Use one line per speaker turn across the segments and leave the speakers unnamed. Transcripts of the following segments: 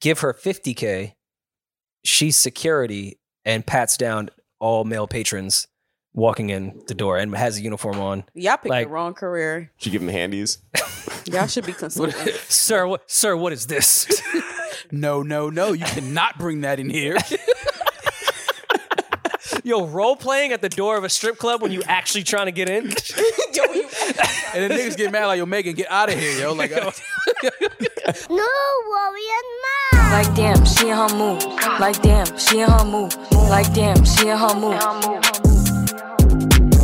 give her 50K. She's security and pats down all male patrons walking in the door and has a uniform on.
Y'all picked
Like-
the wrong career.
She give him handies.
Y'all should be consulting.
Sir, what, sir, what is this?
No, no, no. You cannot bring that in here.
Yo, role playing at the door of a strip club when you actually trying to get in.
Yo, you-
And the niggas get mad like, yo, Megan, get out of here, yo. Like, uh,
No warrior mom.
Like damn, she in her mood. Like damn, she in her mood. Like damn, she in her mood.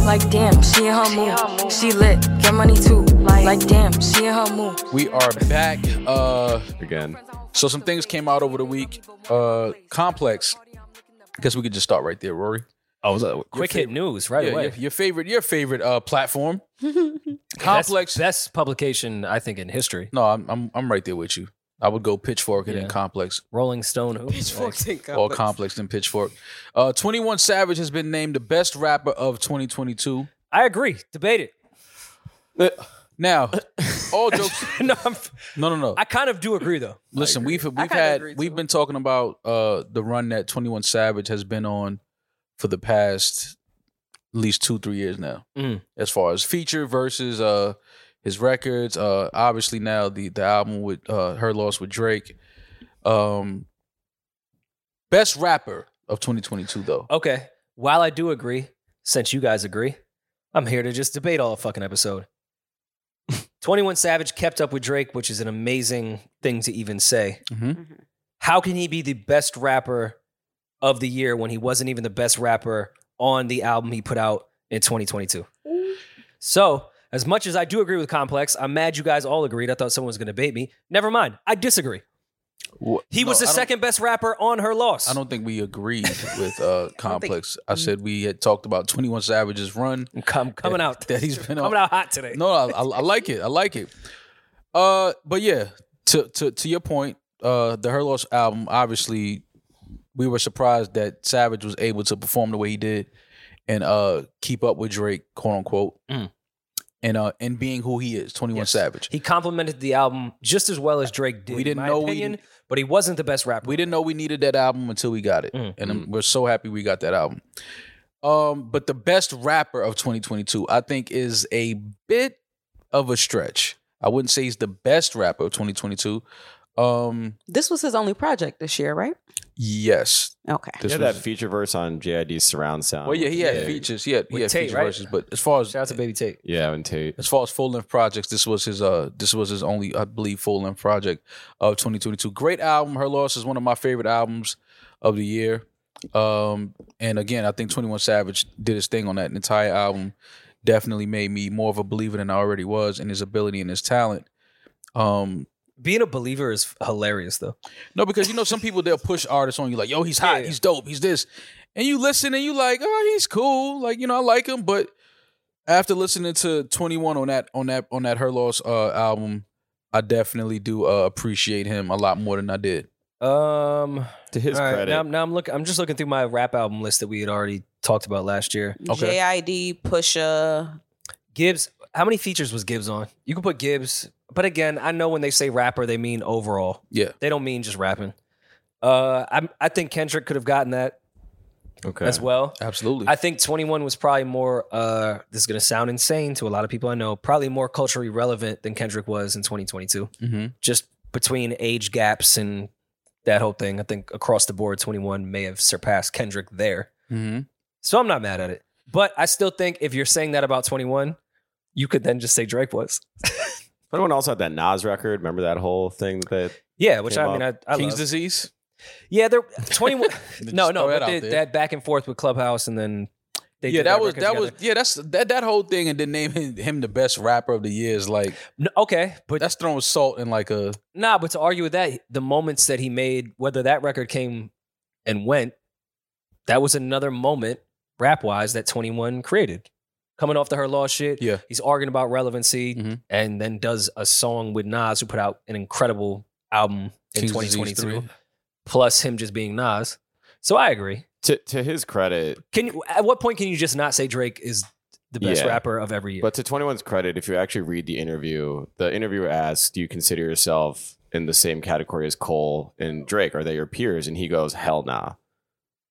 Like damn, she in her mood. She lit, get money too. Like damn, she in her mood.
we are back. Uh,
Again.
so some things came out over the week. Uh, Complex. I guess we could just start right there, Rory.
Oh, was that quick hit news right
Yeah,
away.
your, your favorite, your favorite uh, platform.
Best-
Complex.
best, publication I think in history.
No, I'm, I'm I'm right there with you. I would go Pitchfork and
Yeah.
then Complex.
Rolling Stone. Who? Like,
All Complex and Pitchfork. Uh, 21 Savage has been named the best rapper of 2022.
I agree. Debate it.
Now, all jokes.
No, I'm,
No, no, no.
I kind of do agree though.
Listen, we've we've
kinda
had
agree,
we've
too.
been talking about uh the run that 21 Savage has been on for the past at least 2 3 years now.
Mm.
Mhm.
As far as feature versus uh his records, uh obviously now the the album with uh Her Loss with Drake. Um best rapper of 2022 though.
Okay. While I do agree, since you guys agree, I'm here to just debate all fucking episode. 21 Savage kept up with Drake, which is an amazing thing to even say.
Mhm.
Mhm.
How can he be the best rapper of the year when he wasn't even the best rapper on the album he put out in 2022? So, as much as I do agree with Complex, I'm mad you guys all agreed. I thought someone was going to bait me. Never mind. I disagree. He was the
No, I don't-
second best rapper on her loss.
I don't think we agreed with uh Complex. I said we had talked about 21 Savage's run
Come, coming out.
that he's been on.
Coming out hot today.
No, I, I, I like it. I like it. Uh, but yeah, to to to your point, uh, the Her Loss album. Obviously, we were surprised that Savage was able to perform the way he did and uh keep up with Drake, quote unquote,
Mm.
and uh and being who he is, Twenty One
Yes.
Savage.
He complimented the album just as well as Drake did.
We didn't
in my
know we
opinion,
didn't-
but he wasn't the best rapper.
We didn't know we needed that album until we got it,
Mm.
and I'm- we're so happy we got that album. Um, but the best rapper of 2022, I think, is a bit of a stretch. I wouldn't say he's the best rapper of 2022. Um,
This was his only project this year, right?
yes,
Okay.
this
He had
was-
that feature verse on JID's surround sound.
well, yeah, he had
yeah.
features. He had, he
With
had
Tate,
feature
right?
verses, but as far as
Shout out to Baby Tate.
Yeah, and Tate.
as far as full length projects, this was his uh this was his only I believe full length project of 2022. Great album. Her Loss is one of my favorite albums of the year. Um and again, I think 21 Savage did his thing on that entire album. Definitely made me more of a believer than I already was in his ability and his talent. Um
Being a believer is hilarious though.
no, because you know some people they'll push artists on you like, yo, he's
Yeah,
hot,
yeah.
he's dope, he's this, and you listen and you like, oh, he's cool, like you know I like him, but after listening to Twenty One on that on that on that Her Loss uh, album, I definitely do uh, appreciate him a lot more than I did.
Um,
To his
all right,
credit.
now, now I'm looking. I'm just looking through my rap album list that we had already talked about last year.
Okay.
JID, Pusha.
Gibbs, how many features was Gibbs on? You can put Gibbs, but again, I know when they say rapper, they mean overall.
Yeah.
They don't mean just rapping. Uh, I I think Kendrick could have gotten that
okay.
as well.
Absolutely.
I think 21 was probably more, uh, this is going to sound insane to a lot of people I know, probably more culturally relevant than Kendrick was in 2022.
mm-hmm.
Just between age gaps and that whole thing. I think across the board, 21 may have surpassed Kendrick there.
Mm-hmm.
So I'm not mad at it. But I still think if you're saying that about 21, you could then just say Drake was.
Everyone also had that Nas record. Remember that whole thing that
Yeah, which
Came
I mean, I, I
King's
love.
disease.
yeah, they're 21. no,
Just
no,
throw
but
that out
they-
there.
that back and forth with Clubhouse and then they
yeah,
did
that was
record
that
together.
was yeah. That's that that whole thing, and then naming him the best rapper of the year is like
No, okay, but
that's throwing salt in like a
Nah, but to argue with that, the moments that he made, whether that record came and went, that was another moment rap wise that 21 created. Coming off the her law shit,
Yeah.
he's arguing about relevancy
Mhm.
and then does a song with Nas, who put out an incredible album in
King's Disease
2022,
three.
plus him just being Nas. So I agree.
to to his credit,
Can you, at what point can you just not say Drake is the best
Yeah.
rapper of every year?
but to 21's credit, if you actually read the interview, the interviewer asks, "Do you consider yourself in the same category as Cole and Drake? Are they your peers? And he goes, hell nah.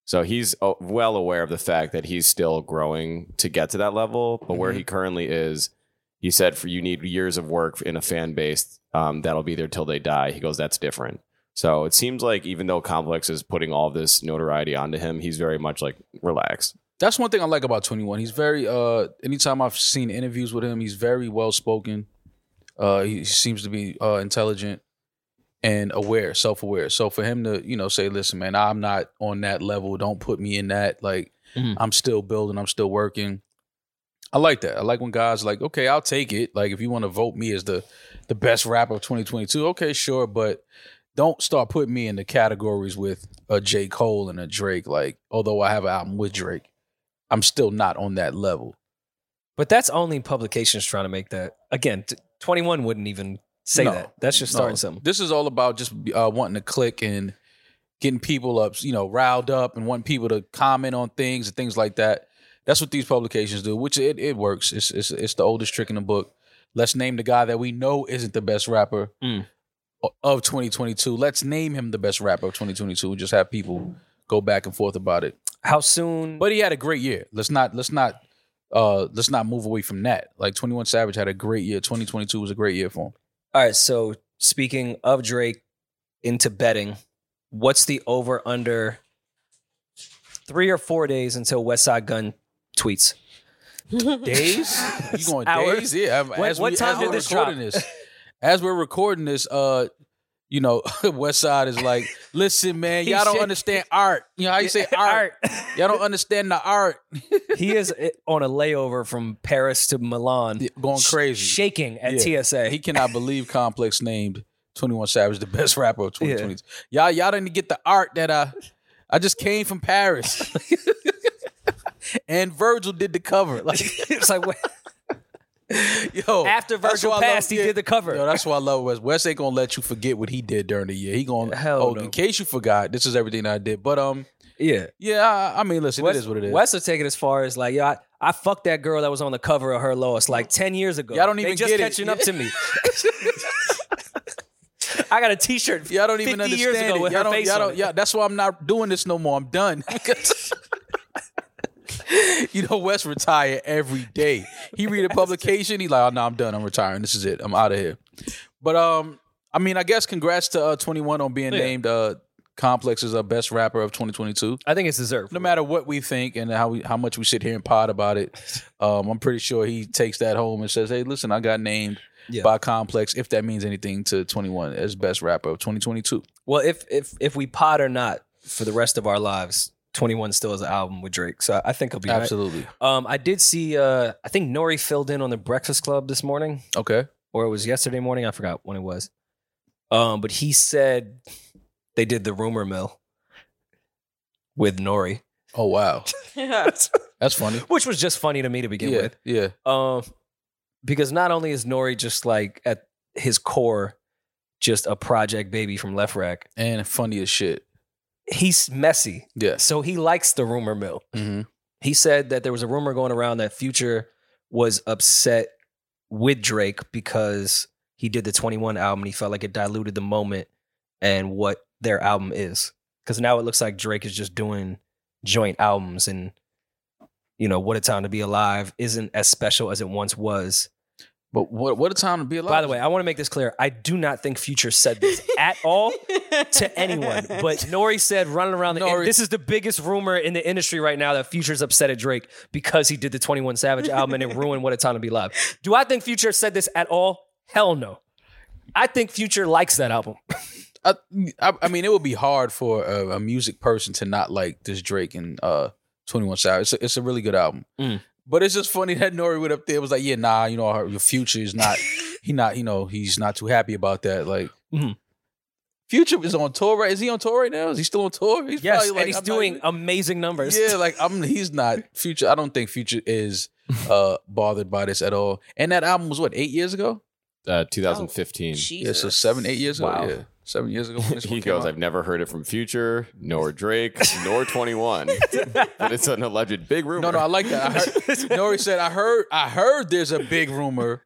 So he's uh, well aware of the fact that he's still growing to get to that level, but where he currently is, he said, for you need years of work in a fan base um, that'll be there till they die. He goes, that's different. So it seems like even though Complex is putting all this notoriety onto him, he's very much like relax.
That's one thing I like about 21. He's very uh anytime I've seen interviews with him, he's very well spoken. Uh he, he seems to be uh intelligent and aware, self-aware. So for him to, you know, say, "Listen, man, I'm not on that level. Don't put me in that. Like
Mhm.
I'm still building, I'm still working." I like that. I like when guys like, "Okay, I'll take it. Like if you want to vote me as the the best rapper of 2022, okay, sure, but don't start putting me in the categories with a J. Cole and a Drake. Like, although I have an album with Drake, I'm still not on that level.
But that's only publications trying to make that. Again, t- 21 wouldn't even say
No,
that. That's just
no.
starting something.
This is all about just uh, wanting to click and getting people up, you know, riled up and wanting people to comment on things and things like that. That's what these publications do, which it, it works. It's, it's it's the oldest trick in the book. Let's name the guy that we know isn't the best rapper
Mm.
o- of 2022. Let's name him the best rapper of 2022 and just have people go back and forth about it.
How soon?
But he had a great year. Let's not let's not uh let's not move away from that. Like 21 Savage had a great year. 2022 was a great year for him.
All right. So speaking of Drake into betting, what's the over under three or four days until West Side Gun tweets?
Days? you going
Hours?
days? Yeah. I'm-
When-
as
what
we,
time
as
did
we're
this drop?
recording this? As we're recording this, uh, you know, West Side is like, listen, man,
He
y'all don't
said-
understand art. You know how you say art? Y'all don't understand the art.
he is eh, on a layover from Paris to Milan,
Going
sh-
crazy.
shaking at
Yeah.
TSA.
He cannot believe Complex named 21 Savage the best rapper of 2020. Y'all, y'all didn't get the art that I I just came from Paris. and Virgil did the cover. Like,
it's like wait,
yo.
after
that's
Virgil
why I
passed,
love-
he
yeah.
did the cover.
Yo, that's why I love West. West ain't gonna let you forget what he did during the year. He gonna
Hell
oh,
no.
in case you forgot, this is everything I did. But um,
yeah,
yeah, I, I mean, listen,
Wes,
it is what it is.
Wes will take it as far as like, yo, I, I fucked that girl that was on the cover of her Lois like ten years ago.
Y'all don't
They
even
just
get it.
catching up to me. I got a T-shirt.
Y'all don't even
50
understand
years ago
it.
with
y'all
her
don't,
face
y'all
on
don't,
it.
y'all- that's why I'm not doing this no more. I'm done. you know, Wes retire every day. He read a publication. He like, oh no, I'm done. I'm retiring. This is it. I'm out of here. But um, I mean, I guess congrats to uh, 21 on being
Yeah.
named uh Complex's uh, best rapper of 2022.
I think it's deserved.
no matter what we think and how we, how much we sit here and pod about it, um, I'm pretty sure he takes that home and says, "Hey, listen, I got named
Yeah.
by Complex, if that means anything to 21 as best rapper of 2022."
Well, if if if we pot or not for the rest of our lives, Twenty One still has an album with Drake, so I- I think he'll be absolutely.
Absolutely.
Um, I did see. Uh, I think Nori filled in on the Breakfast Club this morning,
Okay.
or it was yesterday morning. I forgot when it was. Um, but he said they did the rumor mill with Nori,
Oh wow, that's funny.
which was just funny to me to begin
yeah.
with.
Yeah.
Um, because not only is Nori just like at his core, just a project baby from Left Rack,
And funny as shit.
he's messy,
Yes.
so he likes the rumor mill.
Mm-hmm.
he said that there was a rumor going around that Future was upset with Drake because he did the 21 album and he felt like it diluted the moment and what their album is. Because now it looks like Drake is just doing joint albums and, you know, What a Time to Be Alive isn't as special as it once was.
But what what a time to be alive.
By the way, I want to make this clear. I do not think Future said this at all to anyone, but Nori said running around the
Nori-
this is the biggest rumor in the industry right now that Future's upset at Drake because he did the 21 Savage album and it ruined What a Time to Be Live. Do I think Future said this at all? Hell no. I think Future likes that album.
I, I, I mean, it would be hard for a, a music person to not like this Drake and uh, Twenty One Savage. It's a, it's a really good album,
Mm.
but it's just funny that Nori went up there and was like, "Yeah, nah, you know, her, your future is not. he not, you know, he's not too happy about that." Like,
Mhm.
Future is on tour right? Is he on tour right now? Is he still on tour? He's
Yes,
probably
and he's
"I'm not
doing
even-"
amazing numbers.
Yeah, like I'm. He's not future. I don't think future is uh bothered by this at all. And that album was what eight years ago.
Uh, 2015.
Yeah, so seven, eight years ago.
Wow.
Yeah, seven years ago. When this
He
one came
goes,
out.
I've never heard it from Future, nor Drake, nor 21. but it's an alleged big rumor.
No, no, I like that. I heard, Nori said, "I heard, I heard there's a big rumor."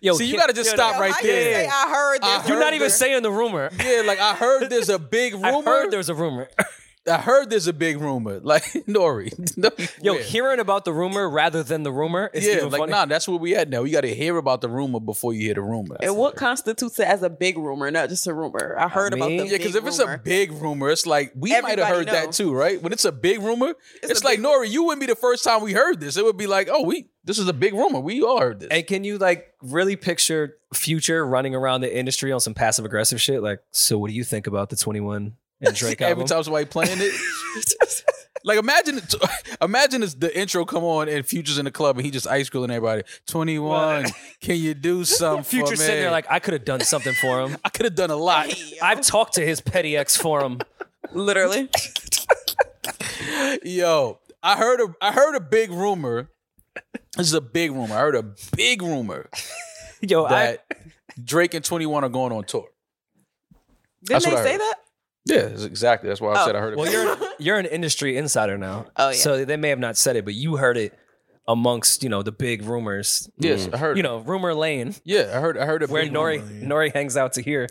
Yo,
See, you
can't-
gotta just
yo,
stop
no.
right
I can
there.
say I heard
I
this.
heard
You're not even
that.
saying the rumor.
Yeah, like I heard there's a big rumor.
I heard there's a rumor.
I heard there's a big rumor. Like Nori, no,
Yo,
yeah.
hearing about the rumor rather than the rumor is
yeah,
even
like
funny.
nah, that's where we at now. We got to hear about the rumor before you hear the rumor.
And what constitutes it as a big rumor, not just a rumor? I heard about
mean-
the
Yeah, because if it's a big rumor, it's like we might have
Everybody
heard that
know.
too, right? When it's a big rumor, it's,
a
like Nori, you wouldn't be the first time we heard this. It would be like, oh, we this is a big rumor. We all heard this.
And can you like really picture future running around the industry on some passive aggressive shit? Like, so what do you think about the 21 and Drake
Every
album?
time somebody playing it, like imagine, it- imagine it's the intro come on and Future's in the club and he just ice grilling everybody. Twenty one, can you do something?
Future
for
sitting
me?
there like, I could have done something for him.
I could have done a lot.
I've talked to his petty ex for him.
literally.
Yo, I heard a I heard a big rumor. This is a big rumor. I heard a big rumor
Yo, I,
that Drake and Twenty One are going on tour.
Didn't
what
they
I
say
heard.
that?
Yeah, that's exactly. That's why I
Oh.
said I heard it.
well, you're you're an industry insider now.
Oh, yeah.
So they may have not said it, but you heard it amongst you know the big rumors.
yes, I heard.
You know, rumor lane
yeah, I heard. I heard a
where
big
Nori
rumor.
Nori hangs out to hear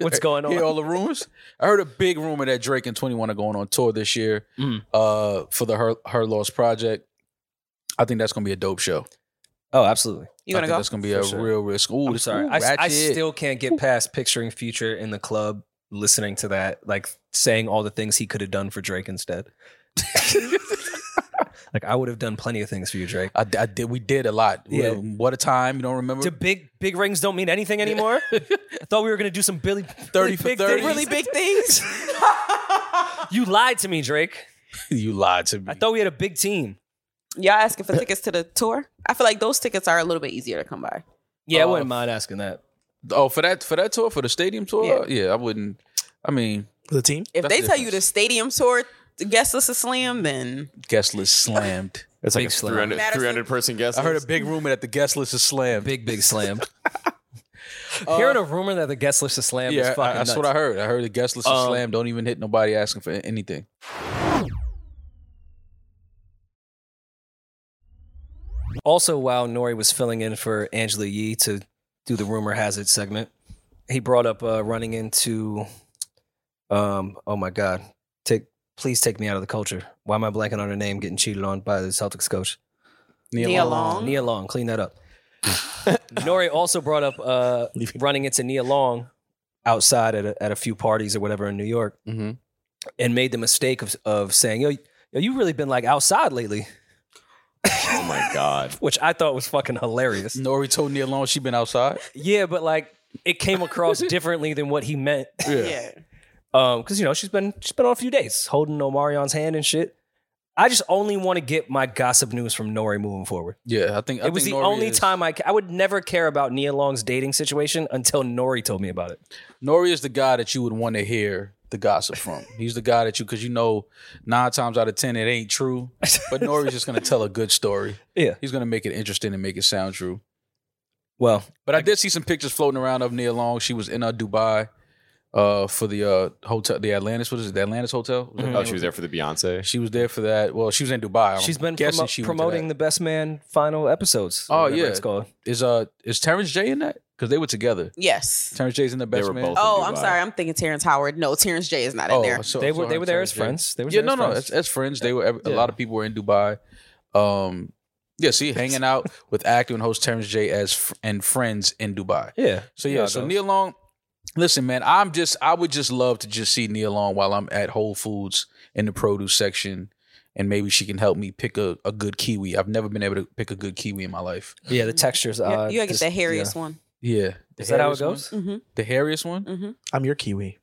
what's going on.
Hear all the rumors. I heard a big rumor that Drake and Twenty One are going on tour this year
Mhm.
uh, for the Her, Her Loss project. I think that's gonna be a dope show.
Oh, absolutely.
You gonna
I think
go?
that's gonna be a
For sure.
real risk. Ooh,
I'm
this-
sorry.
ooh,
I, I
ratchet.
still can't get past picturing Future in the club listening to that, like saying all the things he could have done for Drake instead. like I would have done plenty of things for you, Drake.
I, I did. We did a lot.
Yeah.
What a time. You don't remember?
Do big big rings don't mean anything anymore? I thought we were gonna do some Billy Billy
for
big
30.
things.
Really big things.
You lied to me, Drake.
you lied to me.
I thought we had a big team.
Y'all asking for tickets to the tour? I feel like those tickets are a little bit easier to come by.
Yeah, I
Oh.
wouldn't mind asking that.
oh, for that for that tour for the stadium tour. Yeah, I wouldn't. I mean,
The team?
If
That's
they
the
tell you the stadium tour the guest list is slam, then
guest list slammed.
It's like
Big
a
slam.
300,
Madison.
300 person guess.
I heard
list.
a big rumor that the guest list is slammed.
Big big slam. Hearing a rumor that the guest list is slam is
Uh, yeah,
fucking
I, that's
nuts.
what I heard. I heard the guest list is
Um,
slammed. Don't even hit nobody asking for anything.
Also, while Nori was filling in for Angela Yee to do the rumor has it segment, he brought up uh, running into, um, oh my God, take please take me out of the culture. Why am I blanking on her name? Getting cheated on by the Celtics coach Uh,
Neil,
Nia Long.
Nia Long. Clean that up. Nori also brought up uh,
Leave it.
running into Nia Long outside at a, at a few parties or whatever in New York,
Mm-hmm.
Mhm.
and made the mistake of of saying, "Yo, yo, you really been like outside lately,"
Oh my God.
which I thought was fucking hilarious.
Nori told Neil Long she been outside.
Yeah, but like it came across differently than what he meant.
yeah.
Um, because you know she's been she's been on a few days holding Omarion's hand and shit. I just only want to get my gossip news from Nori moving forward.
Yeah, I think I
it was the
think Nori
only
is-
time I ca- I would never care about Nia Long's dating situation until Nori told me about it.
Nori is the guy that you would want to hear the gossip from. He's the guy that you because you know nine times out of ten it ain't true. But Nori's just gonna tell a good story.
Yeah.
He's gonna make it interesting and make it sound true.
Well,
But I did see some pictures floating around of Nia Long. She was in uh, Dubai uh, for the uh, hotel, the Atlantis. What is it? The Atlantis Hotel. Was that the
Mm-hmm.
Oh,
name
she was
of it?
there for the Beyonce.
She was there for that. Well, she was in Dubai. I'm
she's been
guessing
promo-
she went to
promoting
that.
the Best Man final episodes.
Oh,
whatever
yeah.
it's called.
Is uh is Terrence J in that? Because they were together.
Yes.
Terrence J's in the best
were
man.
both
Oh,
Dubai.
I'm sorry. I'm thinking Terrence Howard. No, Terrence J is not in there.
Oh, I saw-
they
I saw
were they
her
were
and
there
Terrence
as
J.
friends. They were
yeah,
there
no,
as
no,
friends.
as, as friends, they were. A
Yeah.
lot of people were in Dubai. Um, yeah, see, hanging out with actor and host Terrence J as fr- and friends in Dubai.
yeah.
So yeah,
Yeah,
so
those.
Neil Long, listen, man, I'm just I would just love to just see Neil Long while I'm at Whole Foods in the produce section, and maybe she can help me pick a, a good kiwi. I've never been able to pick a good kiwi in my life.
Yeah, the textures.
You-
Uh,
you gotta get
just-
the hairiest
yeah.
one.
Yeah, the
Is that how it
hairiest one?
goes?
hmm
The hairiest one?
hmm
I'm your Kiwi.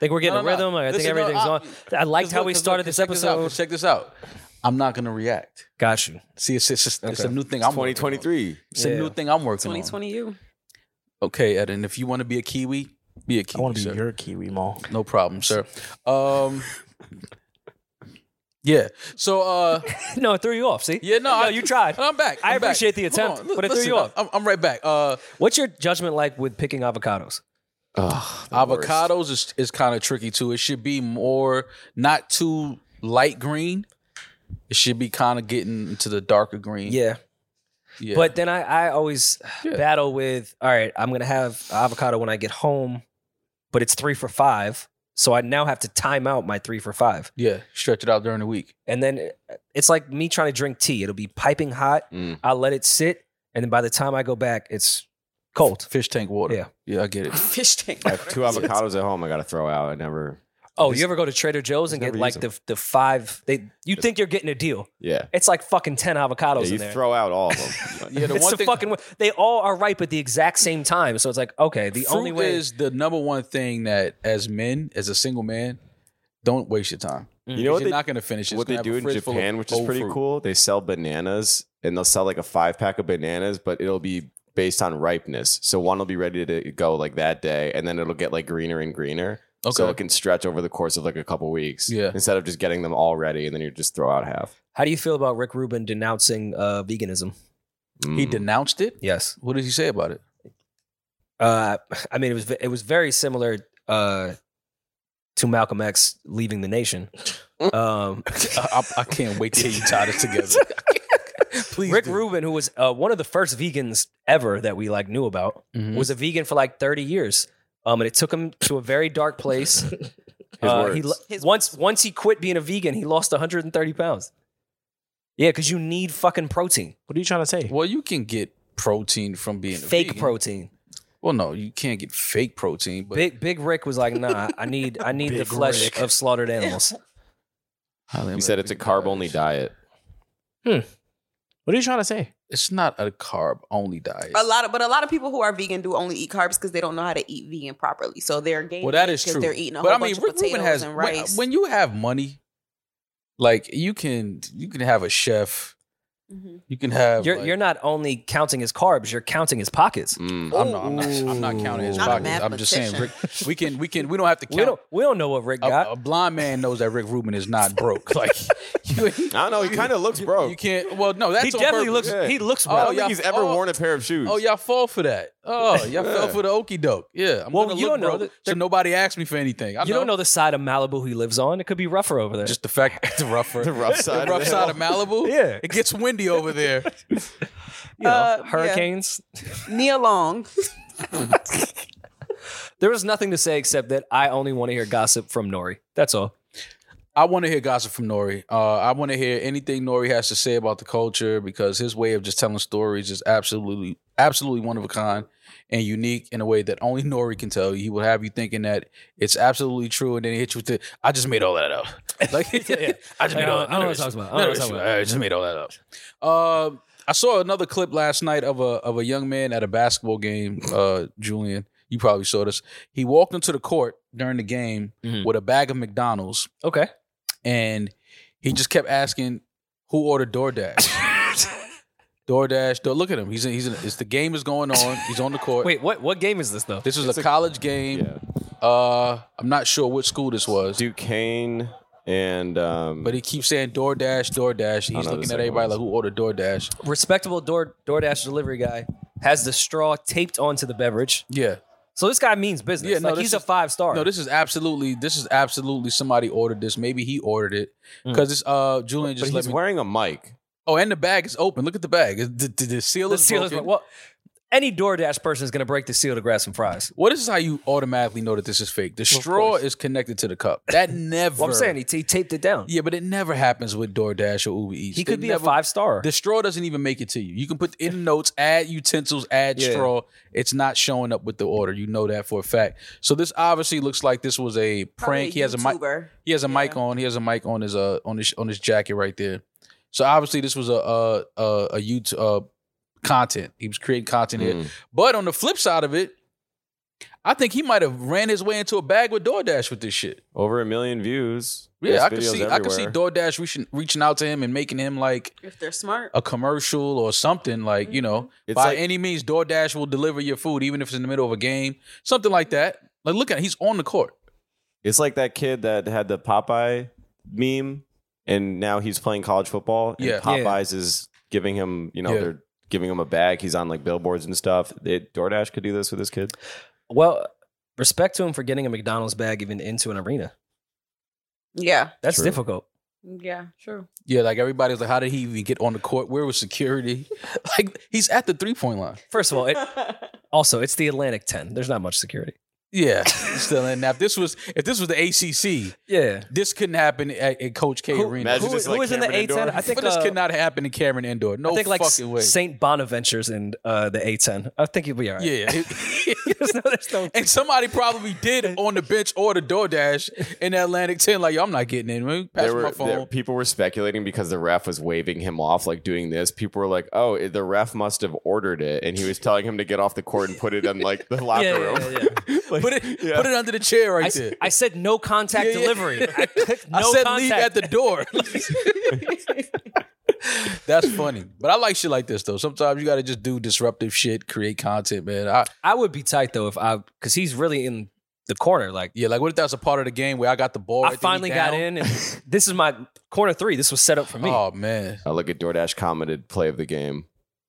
think we're getting
No,
a
no,
rhythm.
no.
I think
Listen, no, uh,
everything's
I-
on. I liked
'Cause
how
look,
we
'cause look,
started this
'cause check out, 'cause
episode.
check this out. I'm not gonna react.
Got you.
See, it's it's, it's, it's a
Okay.
new thing. I'm working on.
2023.
It's a new
Yeah.
thing I'm working on.
2020 you.
Okay, Ed, and if you want to be a kiwi, be a
I
kiwi.
want to
sir.
be your Kiwi, Maul.
No problem, sir. Um, Yeah. So uh
no, it threw you off. See?
yeah, no,
no
I, Uh,
you tried.
I'm back.
I
I'm back.
appreciate the
Hold
attempt,
on, look,
but it threw
listen,
you off.
I'm, I'm right back. Uh
What's your judgment like with picking avocados?
Ugh, the worst.
avocados is is kind of tricky too. It should be more not too light green. It should be kind of getting into the darker green.
Yeah.
yeah.
But then I, I always
Yeah.
battle with all right, I'm gonna have avocado when I get home, but it's three for five. So I now have to time out my three for five.
yeah, stretch it out during the week.
And then it- it's like me trying to drink tea. It'll be piping hot.
Mm.
I'll let it sit. And then by the time I go back, it's cold.
Fish tank water.
Yeah.
Yeah, I get it.
Fish tank.
I have two avocados at home. I got to throw out. I never.
Oh, you ever go to Trader Joe's and
Just
get
never
like
use 'em.
the, the five? They You think you're getting a deal.
Yeah.
It's like fucking 10 avocados
Yeah, you
in there.
throw out all of them.
Yeah, the
it's
one
the
thing
fucking way. They all are ripe at the exact same time. So it's like, okay, the
fruit
only way.
is the number one thing that as men, as a single man, don't waste your time.
you know what
you're
they
not going to finish it.
what they do in Japan, which is pretty
cool.
cool. They sell bananas, and they'll sell like a five pack of bananas, but it'll be based on ripeness. So one will be ready to go like that day, and then it'll get like greener and greener. So
Okay.
it can stretch over the course of like a couple weeks.
Yeah.
Instead of just getting them all ready and then you just throw out half.
How do you feel about Rick Rubin denouncing uh, veganism?
He
Mm.
denounced it.
Yes.
What did he say about it?
Uh, I mean, it was it was very similar uh, to Malcolm X leaving the nation. Um,
I, I, I can't wait till you tie this together. Please,
Rick
do.
Rubin, who was uh, one of the first vegans ever that we like knew about,
Mhm.
was a vegan for like 30 years. Um, and it took him to a very dark place.
His
Uh,
words.
He, lo-
His
once once he quit being a vegan, he lost 130 pounds. Yeah, because you need fucking protein,
What are you trying to say?
Well, you can get protein from being a
fake
vegan.
protein.
Well, no, you can't get fake protein, but
Big Big Rick was like, nah, I need I need the
Big
flesh
Rick.
of slaughtered animals.
He said it's a carb only diet.
What are you trying to say?
It's not a carb only diet.
A lot of, but a lot of people who are vegan do only eat carbs because they don't know how to eat vegan properly. So they're gaining.
Well, that is
because
true.
They're eating a
but
whole
I mean,
bunch
Rick
of potatoes
Rubin has
and
when- uh,
rice.
When, you have money, like you can, you can have a chef.
Mhm.
You can have.
You're
like-
you're not only counting his carbs, you're counting his pockets.
Mm.
I'm not, I'm not. I'm not counting his
Not a
pockets. I'm just saying, Rick. We can. We can. We don't have to count.
We don't we don't know what Rick got.
a, a blind man knows that Rick Rubin is not broke. Like you,
I don't know. He kind of looks broke.
you can't. Well, no, that's
he
on
definitely
purpose.
looks
Yeah.
he looks
Oh,
I
well.
don't
y'all-
think he's ever
oh.
worn a pair of shoes.
Oh, y'all fall for that. Oh, y'all fell
Yeah.
for the okey doke. Yeah, I'm
Well,
gonna
you
look
don't know
broke,
that-
so nobody asked me for anything. I
you don't know the side of Malibu he lives on. It could be rougher over there.
just the fact the rougher,
the rough side.
the rough
of the
side
hill.
of Malibu.
Yeah.
it gets windy over there.
you know,
Uh, yeah.
hurricanes.
Nia Long.
There was nothing to say except that I only want to hear gossip from Nori. That's all.
I want to hear gossip from Nori. Uh, I want to hear anything Nori has to say about the culture because his way of just telling stories is absolutely, absolutely one of a kind and unique in a way that only Nori can tell you. He will have you thinking that it's absolutely true, and then he hits you with the, "I just made all that up." Like, I just
I
made
don't-
all.
I don't know what I'm
it's-
talking about. I don't know what I'm talking about.
I just made all that up. Um, I saw another clip last night of a of a young man at a basketball game. Uh, Julian, you probably saw this. He walked into the court during the game
Mhm.
with a bag of McDonald's
Okay.
and he just kept asking who ordered DoorDash. DoorDash, do look at him. He's in, he's in, it's the game is going on. He's on the court.
Wait, what what game is this though?
this was a, college game.
Yeah.
Uh, I'm not sure which school this was,
Duquesne and um,
but he keeps saying DoorDash, DoorDash.
know
He's
the
looking at
second
everybody
one.
like who ordered DoorDash.
Respectable Door DoorDash delivery guy has the straw taped onto the beverage.
Yeah.
So this guy means business.
Yeah, no,
like
this
he's a
is-
five star.
No, this is absolutely this is absolutely somebody ordered this. Maybe he ordered it because it's uh Julian
but
just
he's
let me.
wearing a mic.
oh, and the bag is open. Look at the bag. The, the, the seal
the
is
seal is
broken.
well, any DoorDash person is gonna break the seal to grab some fries.
What is how you automatically know that this is fake? The straw is connected to the cup. That never.
Well, I'm saying he, he taped it down.
yeah, but it never happens with DoorDash or Uber Eats.
he
They
could be
never-
a five star.
The straw doesn't even make it to you. You can put in notes, add utensils, add
Yeah.
straw. It's not showing up with the order. You know that for a fact. So this obviously looks like this was a prank. He has a mic.
YouTuber.
He has a mic
Yeah.
on. He has a mic on his uh on his on his jacket right there. So obviously this was a a a, a YouTube uh, content. He was creating content here.
Mm.
But on the flip side of it, I think he might have ran his way into a bag with DoorDash with this shit.
Over a million views. There's
Yeah, I could
videos
see I could see
everywhere.
DoorDash reaching reaching out to him and making him like
If they're smart.
a commercial or something like you know
It's
by
like-
any means DoorDash will deliver your food even if it's in the middle of a game something like that. Like look at he's on the court.
It's like that kid that had the Popeye meme and now he's playing college football. And
Yeah.
Popeyes is giving him, you know,
Yeah.
they're giving him a bag. He's on like billboards and stuff. It, DoorDash could do this with his kid.
Well, respect to him for getting a McDonald's bag even into an arena.
Yeah.
That's
True.
difficult.
Yeah. True.
Yeah, like everybody's like, how did he even get on the court? Where was security? like he's at the three point line.
First of all, it, also it's the Atlantic 10. There's not much security.
Yeah, he's still in. Now, if this was if this was the ACC,
Yeah.
this couldn't happen at, at Coach K
Who-
Arena.
Imagine
Who-
just
who
like
is in the
Cameron
A10?
Indoor.
I think,
this
uh,
could not happen in Cameron Indoor. No
I think like
fucking way.
St. Bonaventure's in uh, the A10. I think you'll be all right.
yeah.
There's no- there's no-
And somebody probably did on the bench or the DoorDash in Atlantic 10. Like, yo, I'm not getting in. Man. Pass
There
me
were
my
there-
phone.
people were speculating because the ref was waving him off, like doing this. People were like, "Oh, it- the ref must have ordered it," and he was telling him to get off the court and put it in like the locker
Yeah,
room.
yeah, yeah, yeah.
Like,
put it
yeah.
put it under the chair
I,
right
s-
there.
I said no contact
Yeah, yeah.
delivery. I clicked no
I said
contact.
leave at the door. That's funny. But I like shit like this though. Sometimes you gotta just do disruptive shit, create content, man. I,
I would be tight though if I because he's really in the corner. Like
yeah, like what if that's a part of the game where I got the ball?
I
right there,
finally
he
got
down?
in, and this is my corner three. This was set up for me.
Oh man.
I look at DoorDash commented play of the game.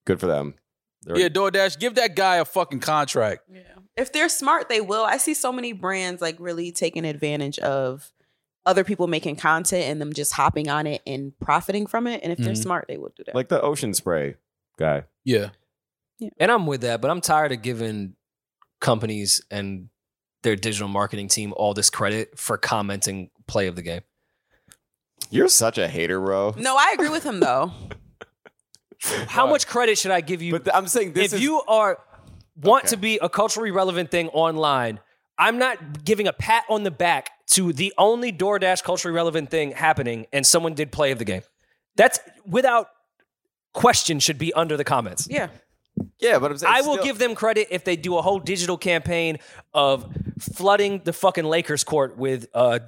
Good for them. They're-
Yeah, DoorDash, give that guy a fucking contract.
Yeah. If they're smart, they will. I see so many brands like really taking advantage of other people making content and them just hopping on it and profiting from it. And if they're
Mm-hmm.
Mhm.
smart, they will do that.
like the ocean spray guy.
Yeah.
And I'm with that, but I'm tired of giving companies and their digital marketing team all this credit for commenting play of the game.
You're such a hater, bro.
no, I agree with him though.
How much credit should I give you?
But th- I'm saying this
if
is
you are want
Okay.
to be a culturally relevant thing online, I'm not giving a pat on the back to the only DoorDash culturally relevant thing happening, and someone did play of the game. That's without question should be under the comments.
Yeah.
yeah, but I'm saying
I will
still-
give them credit if they do a whole digital campaign of flooding the fucking Lakers court with uh,